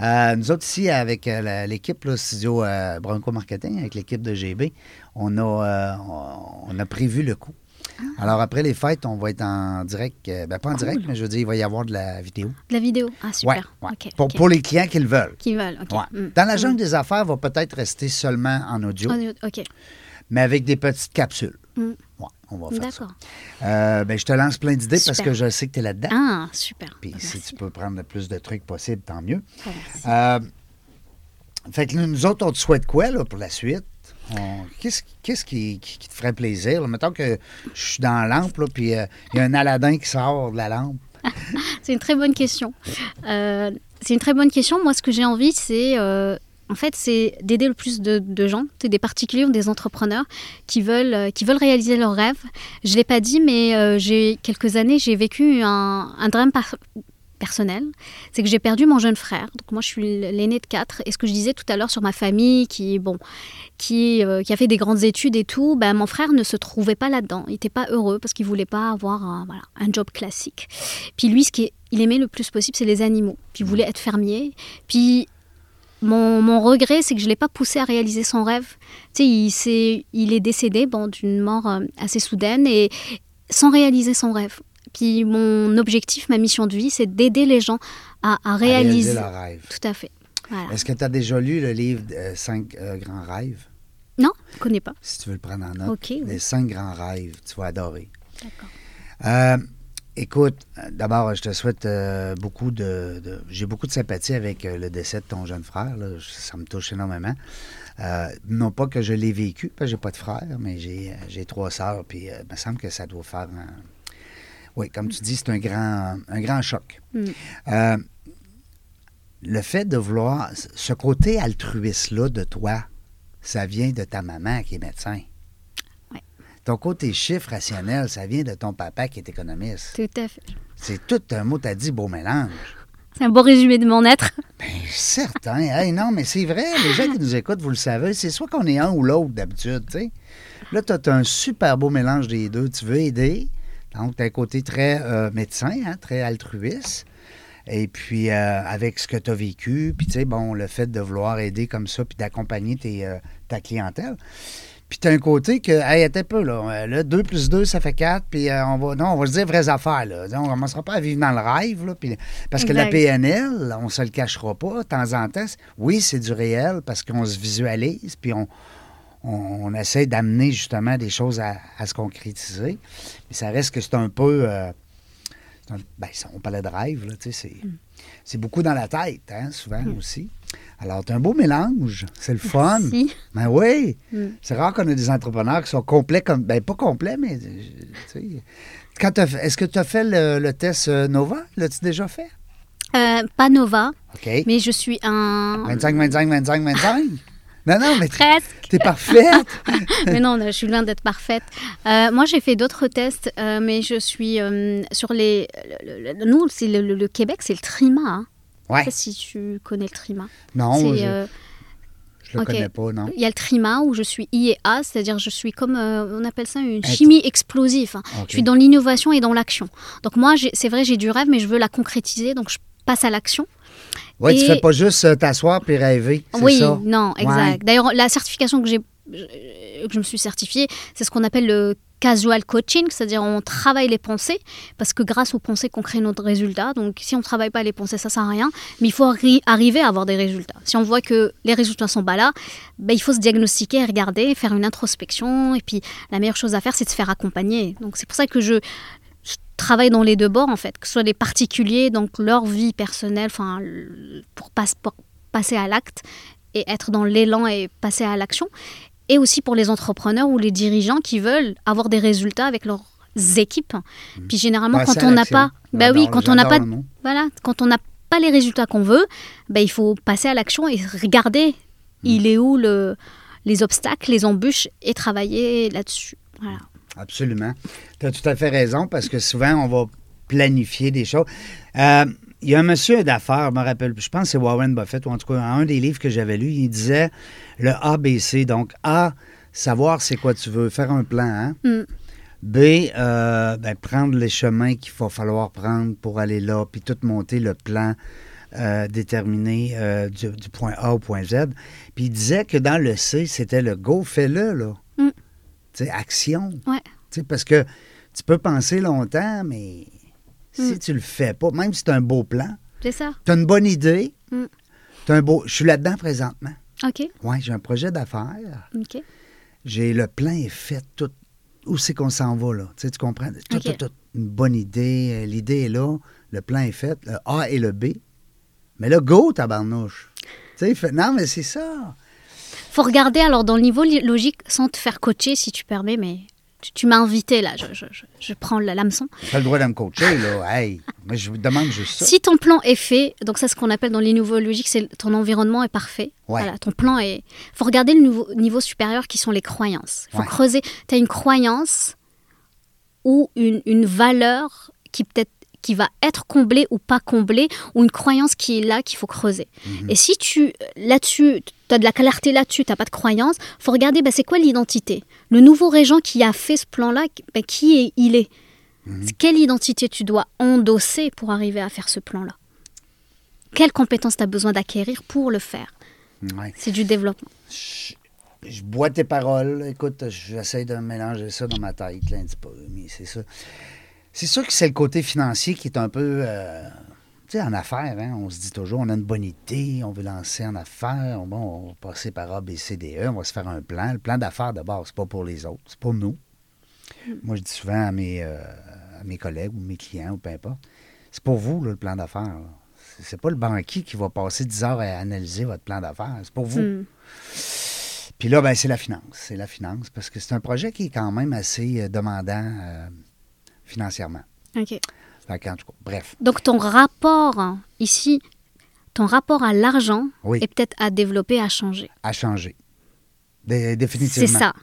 Speaker 1: nous autres ici, avec euh, la- l'équipe là, Studio euh, Bronco Marketing, avec l'équipe de GB, on a, euh, on- on a prévu le coup.
Speaker 2: Ah.
Speaker 1: Alors après les fêtes, on va être en direct. euh, ben, pas en direct, mais je veux dire, il va y avoir de la vidéo.
Speaker 2: De la vidéo. Ah super.
Speaker 1: Ouais, ouais.
Speaker 2: Ok,
Speaker 1: Pour,
Speaker 2: ok.
Speaker 1: pour les clients qui le veulent.
Speaker 2: Qui veulent. ok.
Speaker 1: Ouais.
Speaker 2: Hmm.
Speaker 1: Dans la jungle des affaires, va peut-être rester seulement en audio,
Speaker 2: Oh, Ok.
Speaker 1: mais avec des petites capsules.
Speaker 2: Hmm.
Speaker 1: Ouais, on va faire ça.
Speaker 2: D'accord.
Speaker 1: Euh, ben, je te lance plein d'idées parce
Speaker 2: Super.
Speaker 1: que je sais que tu es là-dedans.
Speaker 2: Ah super.
Speaker 1: Puis si
Speaker 2: Merci.
Speaker 1: tu peux prendre le plus de trucs possible, tant mieux.
Speaker 2: Ah, merci.
Speaker 1: Euh, fait que nous, nous autres, on te souhaite quoi là, pour la suite? On- Qu'est-ce qu'est-ce qui, qui- qui te ferait plaisir? là? Mettons que je suis dans la lampe, là, puis euh, il y a un Aladdin qui sort de la lampe.
Speaker 2: C'est une très bonne question. Euh, c'est une très bonne question. Moi, ce que j'ai envie, c'est euh, en fait, c'est d'aider le plus de, de gens, c'est des particuliers ou des entrepreneurs qui veulent, euh, qui veulent réaliser leurs rêves. Je l'ai pas dit, mais euh, j'ai quelques années, j'ai vécu un, un drame par- personnel. C'est que j'ai perdu mon jeune frère. Donc moi, je suis l'aîné de quatre. Et ce que je disais tout à l'heure sur ma famille, qui bon, qui, euh, qui a fait des grandes études et tout, ben, mon frère ne se trouvait pas là-dedans. Il n'était pas heureux parce qu'il voulait pas avoir un, voilà, un job classique. Puis lui, ce qu'il aimait le plus possible, c'est les animaux. Puis il voulait être fermier. Puis mon, mon regret, c'est que je ne l'ai pas poussé à réaliser son rêve. Tu sais, il, s'est- il est décédé bon, d'une mort euh, assez soudaine et sans réaliser son rêve. Puis mon objectif, ma mission de vie, c'est d'aider les gens à, à
Speaker 1: à
Speaker 2: réaliser.
Speaker 1: leur rêve.
Speaker 2: Tout à fait. Voilà.
Speaker 1: Est-ce que tu as déjà lu le livre 5 grands rêves?
Speaker 2: Non, je ne connais pas.
Speaker 1: si tu veux le prendre en note.
Speaker 2: Ok, oui.
Speaker 1: Les cinq grands rêves, tu vas adorer.
Speaker 2: D'accord.
Speaker 1: Euh, écoute, euh, d'abord, je te souhaite euh, beaucoup de, de- J'ai beaucoup de sympathie avec euh, le décès de ton jeune frère. là. Je- Ça me touche énormément. Euh, non pas que je l'ai vécu, parce que j'ai pas de frère, mais j'ai, euh, j'ai trois sœurs, puis euh, il me semble que ça doit faire... un- Oui, comme tu dis, c'est un grand, un grand choc.
Speaker 2: Mm.
Speaker 1: Euh, le fait de vouloir... Ce côté altruiste-là de toi, ça vient de ta maman qui est médecin.
Speaker 2: Ouais.
Speaker 1: Ton côté chiffre rationnel, ça vient de ton papa qui est économiste.
Speaker 2: Tout à fait.
Speaker 1: C'est tout un mot, t'as dit, beau mélange.
Speaker 2: C'est un beau résumé de mon être.
Speaker 1: Ben, certain. Hey, non, mais c'est vrai, les gens qui nous écoutent, vous le savez, c'est soit qu'on est un ou l'autre d'habitude, tu sais. Là, tu as un super beau mélange des deux. Tu veux aider. Donc, tu as un côté très euh, médecin, hein, très altruiste. Et puis, euh, avec ce que tu as vécu, puis, tu sais, bon, le fait de vouloir aider comme ça, puis d'accompagner tes, euh, ta clientèle. Puis, tu as un côté que, hey, attends un peu, là, euh, là, 2 plus 2, ça fait 4, puis euh, on va, non, on va se dire vraies affaires, là. On commencera pas à vivre dans le rêve, là, puis- parce que la
Speaker 2: Exact.
Speaker 1: PNL, on se le cachera pas, de temps en temps, c'est- oui, c'est du réel, parce qu'on se visualise, puis on, on, on essaie d'amener justement des choses à, à se concrétiser. Mais ça reste que c'est un peu. euh, ben, ça, on parlait de rêve, là, tu sais, c'est,
Speaker 2: Mm.
Speaker 1: c'est beaucoup dans la tête, hein, souvent aussi. Alors, tu un beau mélange, c'est le fun.
Speaker 2: Merci. Mm.
Speaker 1: Ben oui, c'est rare qu'on ait des entrepreneurs qui sont complets comme, ben pas complets, mais euh, tu sais. Quand t'as fait- est-ce que tu as fait le, le test euh, Nova? L'as-tu déjà fait?
Speaker 2: Euh, pas Nova,
Speaker 1: OK.
Speaker 2: mais je suis un.
Speaker 1: 25, 25, 25, 25. non, non, mais t'es-
Speaker 2: Presque.
Speaker 1: t'es parfaite.
Speaker 2: mais non, je suis loin d'être parfaite. Euh, moi, j'ai fait d'autres tests, euh, mais je suis euh, sur les. le- le- le- nous, c'est le, le- le Québec, c'est le Trima. hein.
Speaker 1: Ouais.
Speaker 2: Je sais pas si tu connais le Trima.
Speaker 1: Non,
Speaker 2: C'est,
Speaker 1: je,
Speaker 2: euh,
Speaker 1: je le
Speaker 2: ok.
Speaker 1: connais pas, non.
Speaker 2: Il y a le Trima où je suis I et A, c'est-à-dire je suis comme euh, on appelle ça une chimie explosive. hein.
Speaker 1: Ok.
Speaker 2: Je suis dans l'innovation et dans l'action. Donc moi, j'ai- c'est vrai, j'ai du rêve, mais je veux la concrétiser, donc je passe à l'action.
Speaker 1: Oui, tu
Speaker 2: Et-
Speaker 1: fais pas juste euh, t'asseoir puis rêver. c'est
Speaker 2: Oui,
Speaker 1: ça?
Speaker 2: non, exact.
Speaker 1: Ouais.
Speaker 2: D'ailleurs, la certification que j'ai, euh, que je me suis certifiée, c'est ce qu'on appelle le casual coaching, c'est-à-dire on travaille les pensées parce que grâce aux pensées qu'on crée notre résultat. Donc si on travaille pas les pensées, ça sert à rien. Mais il faut arri- arriver à avoir des résultats. Si on voit que les résultats sont pas là, ben, il faut se diagnostiquer, regarder, faire une introspection. Et puis la meilleure chose à faire, c'est de se faire accompagner. Donc c'est pour ça que je je travaille dans les deux bords en fait, que ce soit les particuliers, donc leur vie personnelle, enfin le- pour, pas- pour passer à l'acte et être dans l'élan et passer à l'action, et aussi pour les entrepreneurs ou les dirigeants qui veulent avoir des résultats avec leurs équipes. Puis généralement
Speaker 1: Mmh. Passer
Speaker 2: quand
Speaker 1: à
Speaker 2: on n'a
Speaker 1: l'action.
Speaker 2: pas, bah oui,
Speaker 1: J'adore-
Speaker 2: quand on n'a
Speaker 1: j'adore
Speaker 2: pas,
Speaker 1: le mot.
Speaker 2: voilà, quand on n'a pas les résultats qu'on veut, ben, il faut passer à l'action et regarder
Speaker 1: Mmh.
Speaker 2: il est où le, les obstacles, les embûches et travailler là-dessus. Voilà.
Speaker 1: Absolument. Tu as tout à fait raison parce que souvent, on va planifier des choses. Euh, il y a un monsieur d'affaires, je me rappelle, je pense que c'est Warren Buffett, ou en tout cas, un des livres que j'avais lu, il disait le ABC. Donc, A, savoir c'est quoi tu veux, faire un plan. hein.
Speaker 2: Mm.
Speaker 1: B, euh, ben, prendre les chemins qu'il va falloir prendre pour aller là, puis tout monter le plan euh, déterminé euh, du, du point A au point Z. Puis il disait que dans le C, c'était le go, fais-le, là.
Speaker 2: Mm.
Speaker 1: Tu sais, action.
Speaker 2: Ouais.
Speaker 1: Tu sais, parce que tu peux penser longtemps, mais si
Speaker 2: Mm.
Speaker 1: tu le fais pas, même si tu un beau plan,
Speaker 2: C'est ça.
Speaker 1: tu as une bonne idée,
Speaker 2: Mm.
Speaker 1: t'as un beau. Je suis là-dedans présentement.
Speaker 2: Ok.
Speaker 1: Oui, j'ai un projet d'affaires.
Speaker 2: Ok.
Speaker 1: J'ai le plan est fait tout. Où c'est qu'on s'en va, là? Tu sais, tu comprends? Tout,
Speaker 2: Ok.
Speaker 1: tout, tout. Une bonne idée, euh, l'idée est là, le plan est fait, le A et le B. Mais là, go, tabarnouche. Tu sais, fait- non, mais c'est ça.
Speaker 2: faut regarder alors dans le niveau li- logique sans te faire coacher si tu permets mais tu, tu m'as invité là je, je, je- je prends la- l'hameçon
Speaker 1: T'as le droit de me coacher, là. Hey, mais je vous demande juste ça.
Speaker 2: si ton plan est fait donc ça ce qu'on appelle dans les niveaux logiques c'est ton environnement est parfait
Speaker 1: Ouais.
Speaker 2: voilà ton plan est faut regarder le niveau, niveau supérieur qui sont les croyances faut
Speaker 1: Ouais.
Speaker 2: creuser tu as une croyance ou une, une valeur qui peut-être qui va être comblée ou pas comblée ou une croyance qui est là qu'il faut creuser.
Speaker 1: Mhm.
Speaker 2: Et si tu là-dessus tu as de la clarté là-dessus, tu n'as pas de croyance, faut regarder ben, c'est quoi l'identité. Le nouveau régent qui a fait ce plan-là, ben, qui est il est
Speaker 1: Mhm.
Speaker 2: Quelle identité tu dois endosser pour arriver à faire ce plan-là Quelles compétences tu as besoin d'acquérir pour le faire
Speaker 1: Ouais.
Speaker 2: C'est du développement.
Speaker 1: je bois tes paroles. Écoute, j'essaie de mélanger ça dans ma tête, là, un petit peu, mais c'est ça. C'est sûr que c'est le côté financier qui est un peu. euh, tu sais, en affaires, hein, on se dit toujours, on a une bonne idée, on veut lancer en affaires, bon, on va passer par A, B, C, D, E, on va se faire un plan. Le plan d'affaires, d'abord, c'est pas pour les autres, c'est pour nous. Moi, je dis souvent à mes, euh, à mes collègues ou mes clients, ou peu importe, c'est pour vous, là, le plan d'affaires. là. C'est- C'est pas le banquier qui va passer 10 heures à analyser votre plan d'affaires, c'est pour vous.
Speaker 2: Mm.
Speaker 1: Puis là, ben, c'est la finance. C'est la finance parce que c'est un projet qui est quand même assez euh, demandant euh, financièrement.
Speaker 2: Ok.
Speaker 1: Fait qu'en tout cas, bref.
Speaker 2: Donc ton rapport hein, ici, ton rapport à l'argent
Speaker 1: Oui.
Speaker 2: est peut-être à développer, à changer.
Speaker 1: À changer. Dé-
Speaker 2: C'est
Speaker 1: définitivement.
Speaker 2: ça.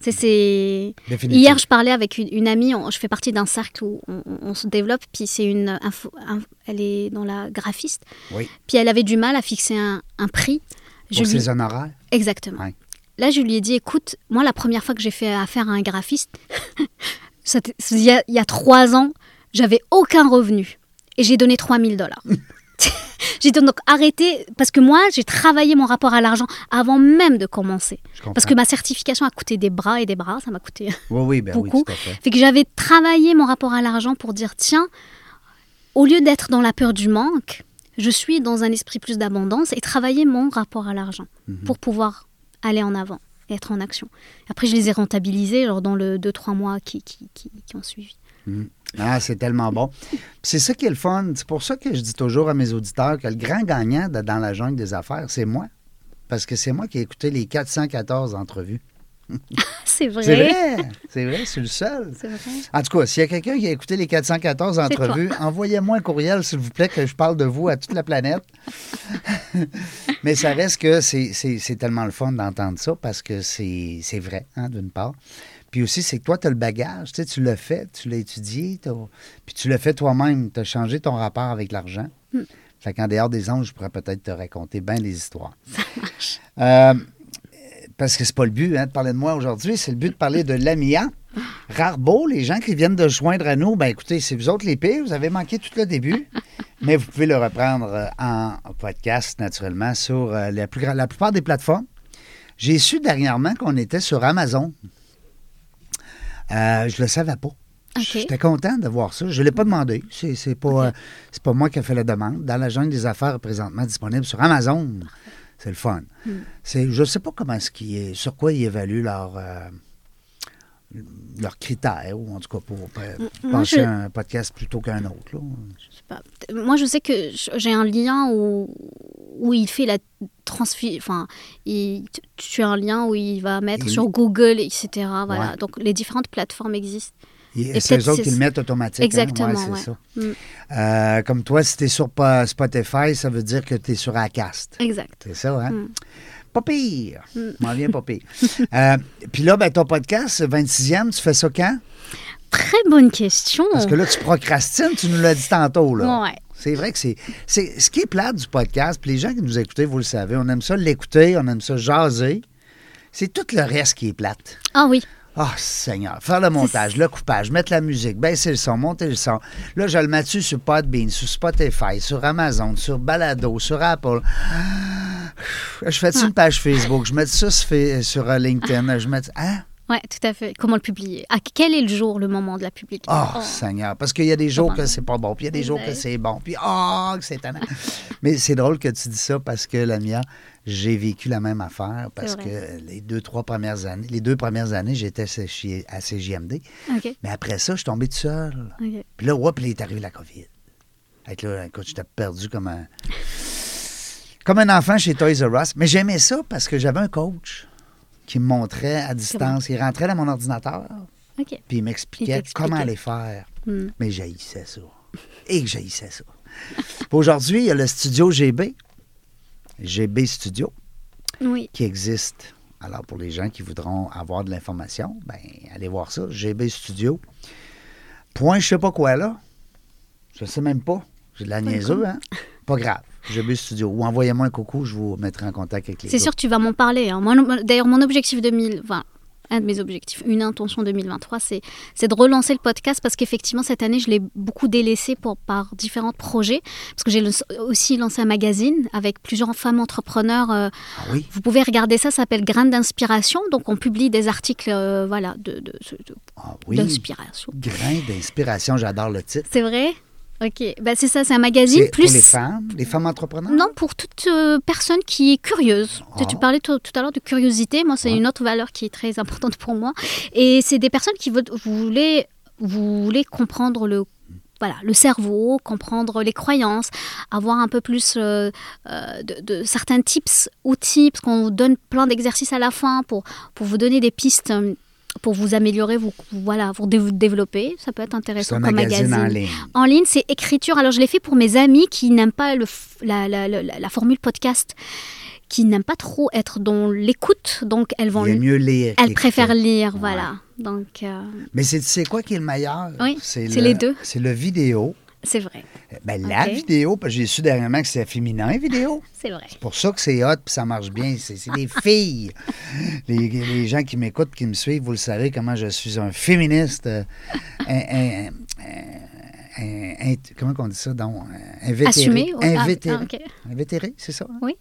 Speaker 2: C'est- C'est
Speaker 1: Définitivement.
Speaker 2: Hier, je parlais avec une, une amie. on- je fais partie d'un cercle où on, on- on se développe. Puis c'est une, info- un- elle est dans la graphiste.
Speaker 1: Oui.
Speaker 2: Puis elle avait du mal à fixer un, un prix. Je
Speaker 1: Pour
Speaker 2: lui-
Speaker 1: ses honoraires.
Speaker 2: Exactement.
Speaker 1: Ouais.
Speaker 2: Là, je lui ai dit, écoute, moi, la première fois que j'ai fait affaire à un graphiste, c'était- il y, a, il y a trois ans, j'avais aucun revenu. Et j'ai donné 3000 dollars. j'ai donc arrêté, parce que moi, j'ai travaillé mon rapport à l'argent avant même de commencer.
Speaker 1: Je comprends.
Speaker 2: Parce que ma certification a coûté des bras et des bras, ça m'a coûté
Speaker 1: Oui, oui, ben oui,
Speaker 2: beaucoup.
Speaker 1: tout à fait.
Speaker 2: Fait que j'avais travaillé mon rapport à l'argent pour dire tiens, au lieu d'être dans la peur du manque, je suis dans un esprit plus d'abondance et travailler mon rapport à l'argent
Speaker 1: Mhm.
Speaker 2: pour pouvoir aller en avant et être en action. Après, je les ai rentabilisés genre dans le 2-3 mois qui, qui, qui, qui ont suivi.
Speaker 1: Ah, c'est tellement bon. Puis C'est ça qui est le fun. C'est pour ça que je dis toujours à mes auditeurs que le grand gagnant de- dans la jungle des affaires, c'est moi. Parce que c'est moi qui ai écouté les 414 entrevues.
Speaker 2: C'est vrai.
Speaker 1: C'est vrai! C'est vrai, c'est le seul.
Speaker 2: C'est vrai.
Speaker 1: En tout cas, s'il y a quelqu'un qui a écouté les 414
Speaker 2: toi.
Speaker 1: entrevues, envoyez-moi un courriel, s'il vous plaît, que je parle de vous à toute la planète. Mais ça reste que c'est- c'est c'est tellement le fun d'entendre ça parce que c'est c'est vrai, hein, d'une part. Puis aussi, c'est que toi, tu as le bagage, tu sais, tu l'as fait, tu l'as étudié, t'as- puis tu l'as fait toi-même, tu as changé ton rapport avec l'argent. Fait qu'en dehors des anges, je pourrais peut-être te raconter bien des histoires. Euh, Ça marche. parce que c'est pas le but hein, de parler de moi aujourd'hui, c'est le but de parler de l'AMIA. Rarbeau, les gens qui viennent de se joindre à nous, ben écoutez, c'est vous autres les pires, vous avez manqué tout le début, mais vous pouvez le reprendre euh, en podcast naturellement sur euh, la, plus gra- la plupart des plateformes. J'ai su dernièrement qu'on était sur Amazon. Euh, je le savais pas. J'étais content de voir ça. Je ne l'ai pas demandé. C'est c'est pas, euh, c'est pas moi qui ai fait la demande. Dans la jungle des affaires présentement disponible sur Amazon. C'est le fun.
Speaker 2: Hmm.
Speaker 1: C'est, je ne sais pas comment ce qui est, sur quoi ils évaluent leurs euh, leurs critères, ou en tout cas pour euh,
Speaker 2: Hmm. moi,
Speaker 1: pencher
Speaker 2: je-
Speaker 1: un podcast plutôt qu'un autre. là.
Speaker 2: Je sais pas. Moi, je sais que j- j'ai un lien où, où il fait la transfi... Enfin, il- tu- tu as un lien où il va mettre
Speaker 1: Il-
Speaker 2: sur Google, etc. Voilà.
Speaker 1: Ouais.
Speaker 2: Donc, les différentes plateformes existent.
Speaker 1: Et
Speaker 2: Et
Speaker 1: c'est eux
Speaker 2: peut-être
Speaker 1: autres qui
Speaker 2: c'est-
Speaker 1: le mettent automatique. hein?
Speaker 2: Exactement,
Speaker 1: Ouais, c'est
Speaker 2: ouais.
Speaker 1: ça.
Speaker 2: Mm.
Speaker 1: Euh, comme toi, si tu es sur pa- Spotify, ça veut dire que tu es sur Acast.
Speaker 2: Exact.
Speaker 1: C'est ça, hein?
Speaker 2: Mm.
Speaker 1: Pas pire.
Speaker 2: Hmm.
Speaker 1: M'en viens pas pire. Euh, Puis là, ben, ton podcast, le 26e, tu fais ça quand?
Speaker 2: Très bonne question.
Speaker 1: Parce que là, tu procrastines, tu nous l'as dit tantôt. Là.
Speaker 2: Ouais.
Speaker 1: C'est vrai que c'est, c'est. Ce qui est plate du podcast, puis les gens qui nous écoutez, vous le savez, on aime ça l'écouter, on aime ça jaser. C'est tout le reste qui est plate.
Speaker 2: Ah oui.
Speaker 1: Ah, Seigneur. Faire le montage, le coupage, mettre la musique, baisser le son, monter le son. Là, je le mets dessus sur Podbean, sur Spotify, sur Amazon, sur Balado, sur Apple. Ah, Je fais dessus une page Facebook, je mets ça sur, Fa- sur euh, LinkedIn, je mets. Hein?
Speaker 2: Ouais, tout à fait. Comment le publier À quel est le jour, le moment de la publication
Speaker 1: Oh,
Speaker 2: Oh.
Speaker 1: Seigneur. Parce qu'il y a des jours
Speaker 2: pardon.
Speaker 1: que c'est pas bon, puis il y a des jours que
Speaker 2: Ouais.
Speaker 1: c'est bon, puis oh, que c'est étonnant. Mais c'est drôle que tu dis ça parce que, la mienne, j'ai vécu la même affaire parce
Speaker 2: vrai.
Speaker 1: que les deux, trois premières années, les deux premières années, j'étais chez- à CJMD.
Speaker 2: Ok.
Speaker 1: Mais après ça, je suis tombé tout seul.
Speaker 2: Ok.
Speaker 1: Puis là, hop, là, est arrivé la COVID. Fait que là, écoute, j'étais perdu comme un... comme un enfant chez Toys R Us. Mais j'aimais ça parce que j'avais un coach qui me montrait à distance. Il rentrait dans mon ordinateur,
Speaker 2: Ok.
Speaker 1: puis il m'expliquait
Speaker 2: Il t'expliquait.
Speaker 1: comment aller faire.
Speaker 2: Hmm.
Speaker 1: Mais j'haïssais ça. Et que j'haïssais ça. Puis Aujourd'hui, il y a le studio GB, GB Studio,
Speaker 2: Oui.
Speaker 1: qui existe. Alors, pour les gens qui voudront avoir de l'information, ben allez voir ça, GB Studio. Point, je sais pas quoi, là. Je sais même pas. J'ai de la niaiseux, hein? Pas grave. GB Studio. Ou envoyez-moi un coucou, je vous mettrai en contact avec les
Speaker 2: C'est sûr que tu vas m'en parler. hein. Moi, non- D'ailleurs, mon objectif 2020, un de mes objectifs, une intention 2023, c'est c'est de relancer le podcast parce qu'effectivement, cette année, je l'ai beaucoup délaissé pour, par différents projets. Parce que j'ai le- aussi lancé un magazine avec plusieurs femmes entrepreneurs. euh,
Speaker 1: Ah oui?
Speaker 2: Vous pouvez regarder ça, ça s'appelle Graines d'inspiration. Donc, on publie des articles euh, voilà, de- de- de-
Speaker 1: Ah oui.
Speaker 2: d'inspiration.
Speaker 1: Grain d'inspiration, j'adore le titre.
Speaker 2: c'est vrai Ok. Bah, c'est ça, c'est un magazine
Speaker 1: C'est
Speaker 2: plus.
Speaker 1: pour les femmes, les femmes entrepreneurs?
Speaker 2: Non, pour toute euh, personne qui est curieuse. Tu- Tu
Speaker 1: Ah.
Speaker 2: parlais tout, tout à l'heure de curiosité. Moi, c'est
Speaker 1: Ouais.
Speaker 2: une autre valeur qui est très importante pour moi. Et c'est des personnes qui veulent, vous voulez, vous voulez comprendre le voilà, le cerveau, comprendre les croyances, avoir un peu plus euh, euh, de, de certains tips, outils, parce qu'on vous donne plein d'exercices à la fin pour, pour vous donner des pistes euh, pour vous améliorer, vous, voilà, pour dé- vous développer. Ça peut être
Speaker 1: C'est
Speaker 2: intéressant
Speaker 1: un
Speaker 2: comme
Speaker 1: magazine, en
Speaker 2: magazine.
Speaker 1: ligne.
Speaker 2: En ligne, c'est écriture. Alors, je l'ai fait pour mes amis qui n'aiment pas le f- la, la- la- la formule podcast, qui n'aiment pas trop être dans l'écoute. Donc, elles vont.
Speaker 1: Il est mieux lire.
Speaker 2: Elles
Speaker 1: qu'écrire.
Speaker 2: préfèrent lire,
Speaker 1: Ouais.
Speaker 2: voilà. Donc, euh,
Speaker 1: Mais c'est c'est quoi qui est le meilleur?
Speaker 2: Oui, c'est
Speaker 1: le-
Speaker 2: les deux.
Speaker 1: C'est le vidéo.
Speaker 2: c'est vrai,
Speaker 1: Ben, la
Speaker 2: Ok.
Speaker 1: vidéo, parce que j'ai su dernièrement que c'est féminin, vidéo.
Speaker 2: c'est vrai.
Speaker 1: pour ça que c'est hot puis ça marche bien. C'est c'est des filles. Les, les gens qui m'écoutent, qui me suivent, vous le savez comment je suis un féministe. euh, un- un- un- un- un- comment on dit ça? Donc, euh, un vétéré.
Speaker 2: Assumé, ou- ah,
Speaker 1: Invétéré.
Speaker 2: ah, ok.
Speaker 1: Invétéré, c'est ça? hein?
Speaker 2: Oui.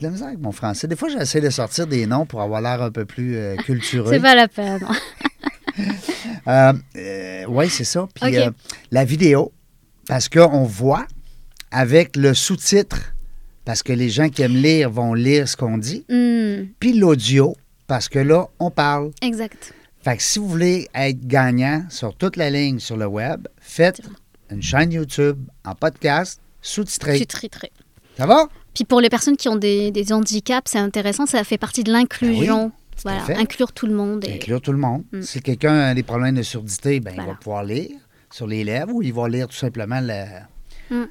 Speaker 1: De la misère avec mon français. Des fois, j'essaie de sortir des noms pour avoir l'air un peu plus euh, cultureux.
Speaker 2: C'est pas la peine.
Speaker 1: oui, Euh, c'est ça. Puis
Speaker 2: Ok.
Speaker 1: euh, la vidéo, parce qu'on voit avec le sous-titre, parce que les gens qui aiment lire vont lire ce qu'on dit.
Speaker 2: Hmm,
Speaker 1: puis l'audio, parce que là, on parle.
Speaker 2: exact.
Speaker 1: Fait que si vous voulez être gagnant sur toute la ligne sur le web, faites une chaîne YouTube en podcast
Speaker 2: Je
Speaker 1: sous-titré.
Speaker 2: suis très, très.
Speaker 1: Ça va?
Speaker 2: Puis pour les personnes qui ont des, des handicaps, c'est intéressant, ça fait partie de l'inclusion.
Speaker 1: Ah à
Speaker 2: voilà,
Speaker 1: fait.
Speaker 2: inclure tout le monde. Et...
Speaker 1: Inclure tout le monde.
Speaker 2: Mm.
Speaker 1: Si quelqu'un a des problèmes de surdité, ben, il
Speaker 2: Voilà.
Speaker 1: va pouvoir lire sur les lèvres ou il va lire tout simplement le-
Speaker 2: Mm.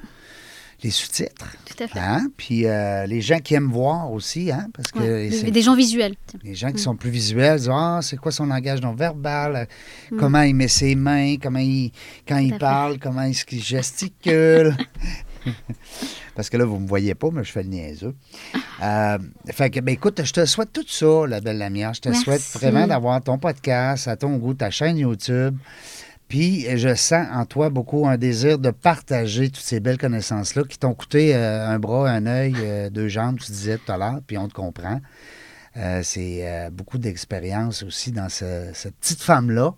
Speaker 1: les sous-titres.
Speaker 2: Tout à fait.
Speaker 1: Hein? Puis euh, les gens qui aiment voir aussi, hein? parce que
Speaker 2: Ouais,
Speaker 1: c'est-
Speaker 2: des, Mm. des gens visuels.
Speaker 1: les gens qui sont plus visuels disent Ah, c'est quoi son langage non verbal Euh, Comment il met ses mains Comment il, quand il
Speaker 2: Mm. à fait.
Speaker 1: parle Comment est-ce qu'il gesticule Parce que là, vous ne me voyez pas, mais je fais le niaiseux. Euh, fait que, ben, écoute, je te souhaite tout ça, la belle Lamia. Je te
Speaker 2: Merci.
Speaker 1: souhaite vraiment d'avoir ton podcast, à ton goût, ta chaîne YouTube. Puis, je sens en toi beaucoup un désir de partager toutes ces belles connaissances-là qui t'ont coûté euh, un bras, un œil, euh, deux jambes, tu disais tout à l'heure, puis on te comprend. Euh, c'est euh, beaucoup d'expérience aussi dans ce- cette petite femme-là.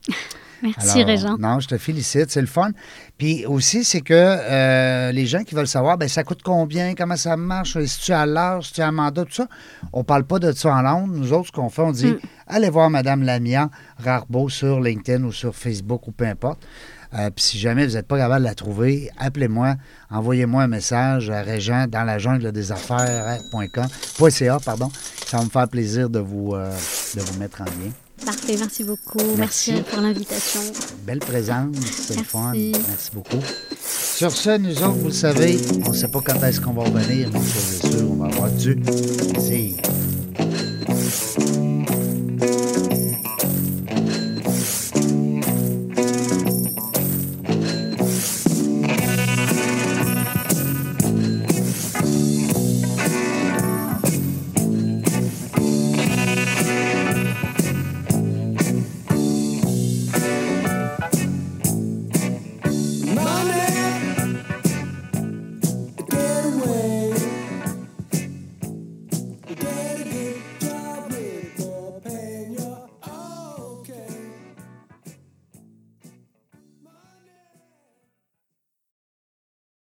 Speaker 2: Merci
Speaker 1: Alors,
Speaker 2: Régent.
Speaker 1: Non, je te félicite, c'est le fun. Puis aussi, c'est que euh, les gens qui veulent savoir, ben, ça coûte combien, comment ça marche, si tu à l'heure, si tu as un mandat, tout ça. On parle pas de ça en langue. Nous autres, ce qu'on fait, on
Speaker 2: Mm.
Speaker 1: dit, allez voir Madame Lamia Rarbeau sur LinkedIn ou sur Facebook ou peu importe. Euh, Puis si jamais vous n'êtes pas capable de la trouver, appelez-moi, envoyez-moi un message à régent dans la jungle des affaires .ca, pardon. Ça va me faire plaisir de vous, euh, de vous mettre en lien.
Speaker 2: Parfait, merci beaucoup. Merci,
Speaker 1: Merci.
Speaker 2: pour l'invitation.
Speaker 1: Belle présence, c'est le
Speaker 2: Merci.
Speaker 1: fun. Merci beaucoup. Sur ce, nous autres, vous le savez, on ne sait pas quand est-ce qu'on va revenir, mais une chose est sûre, on va avoir du plaisir.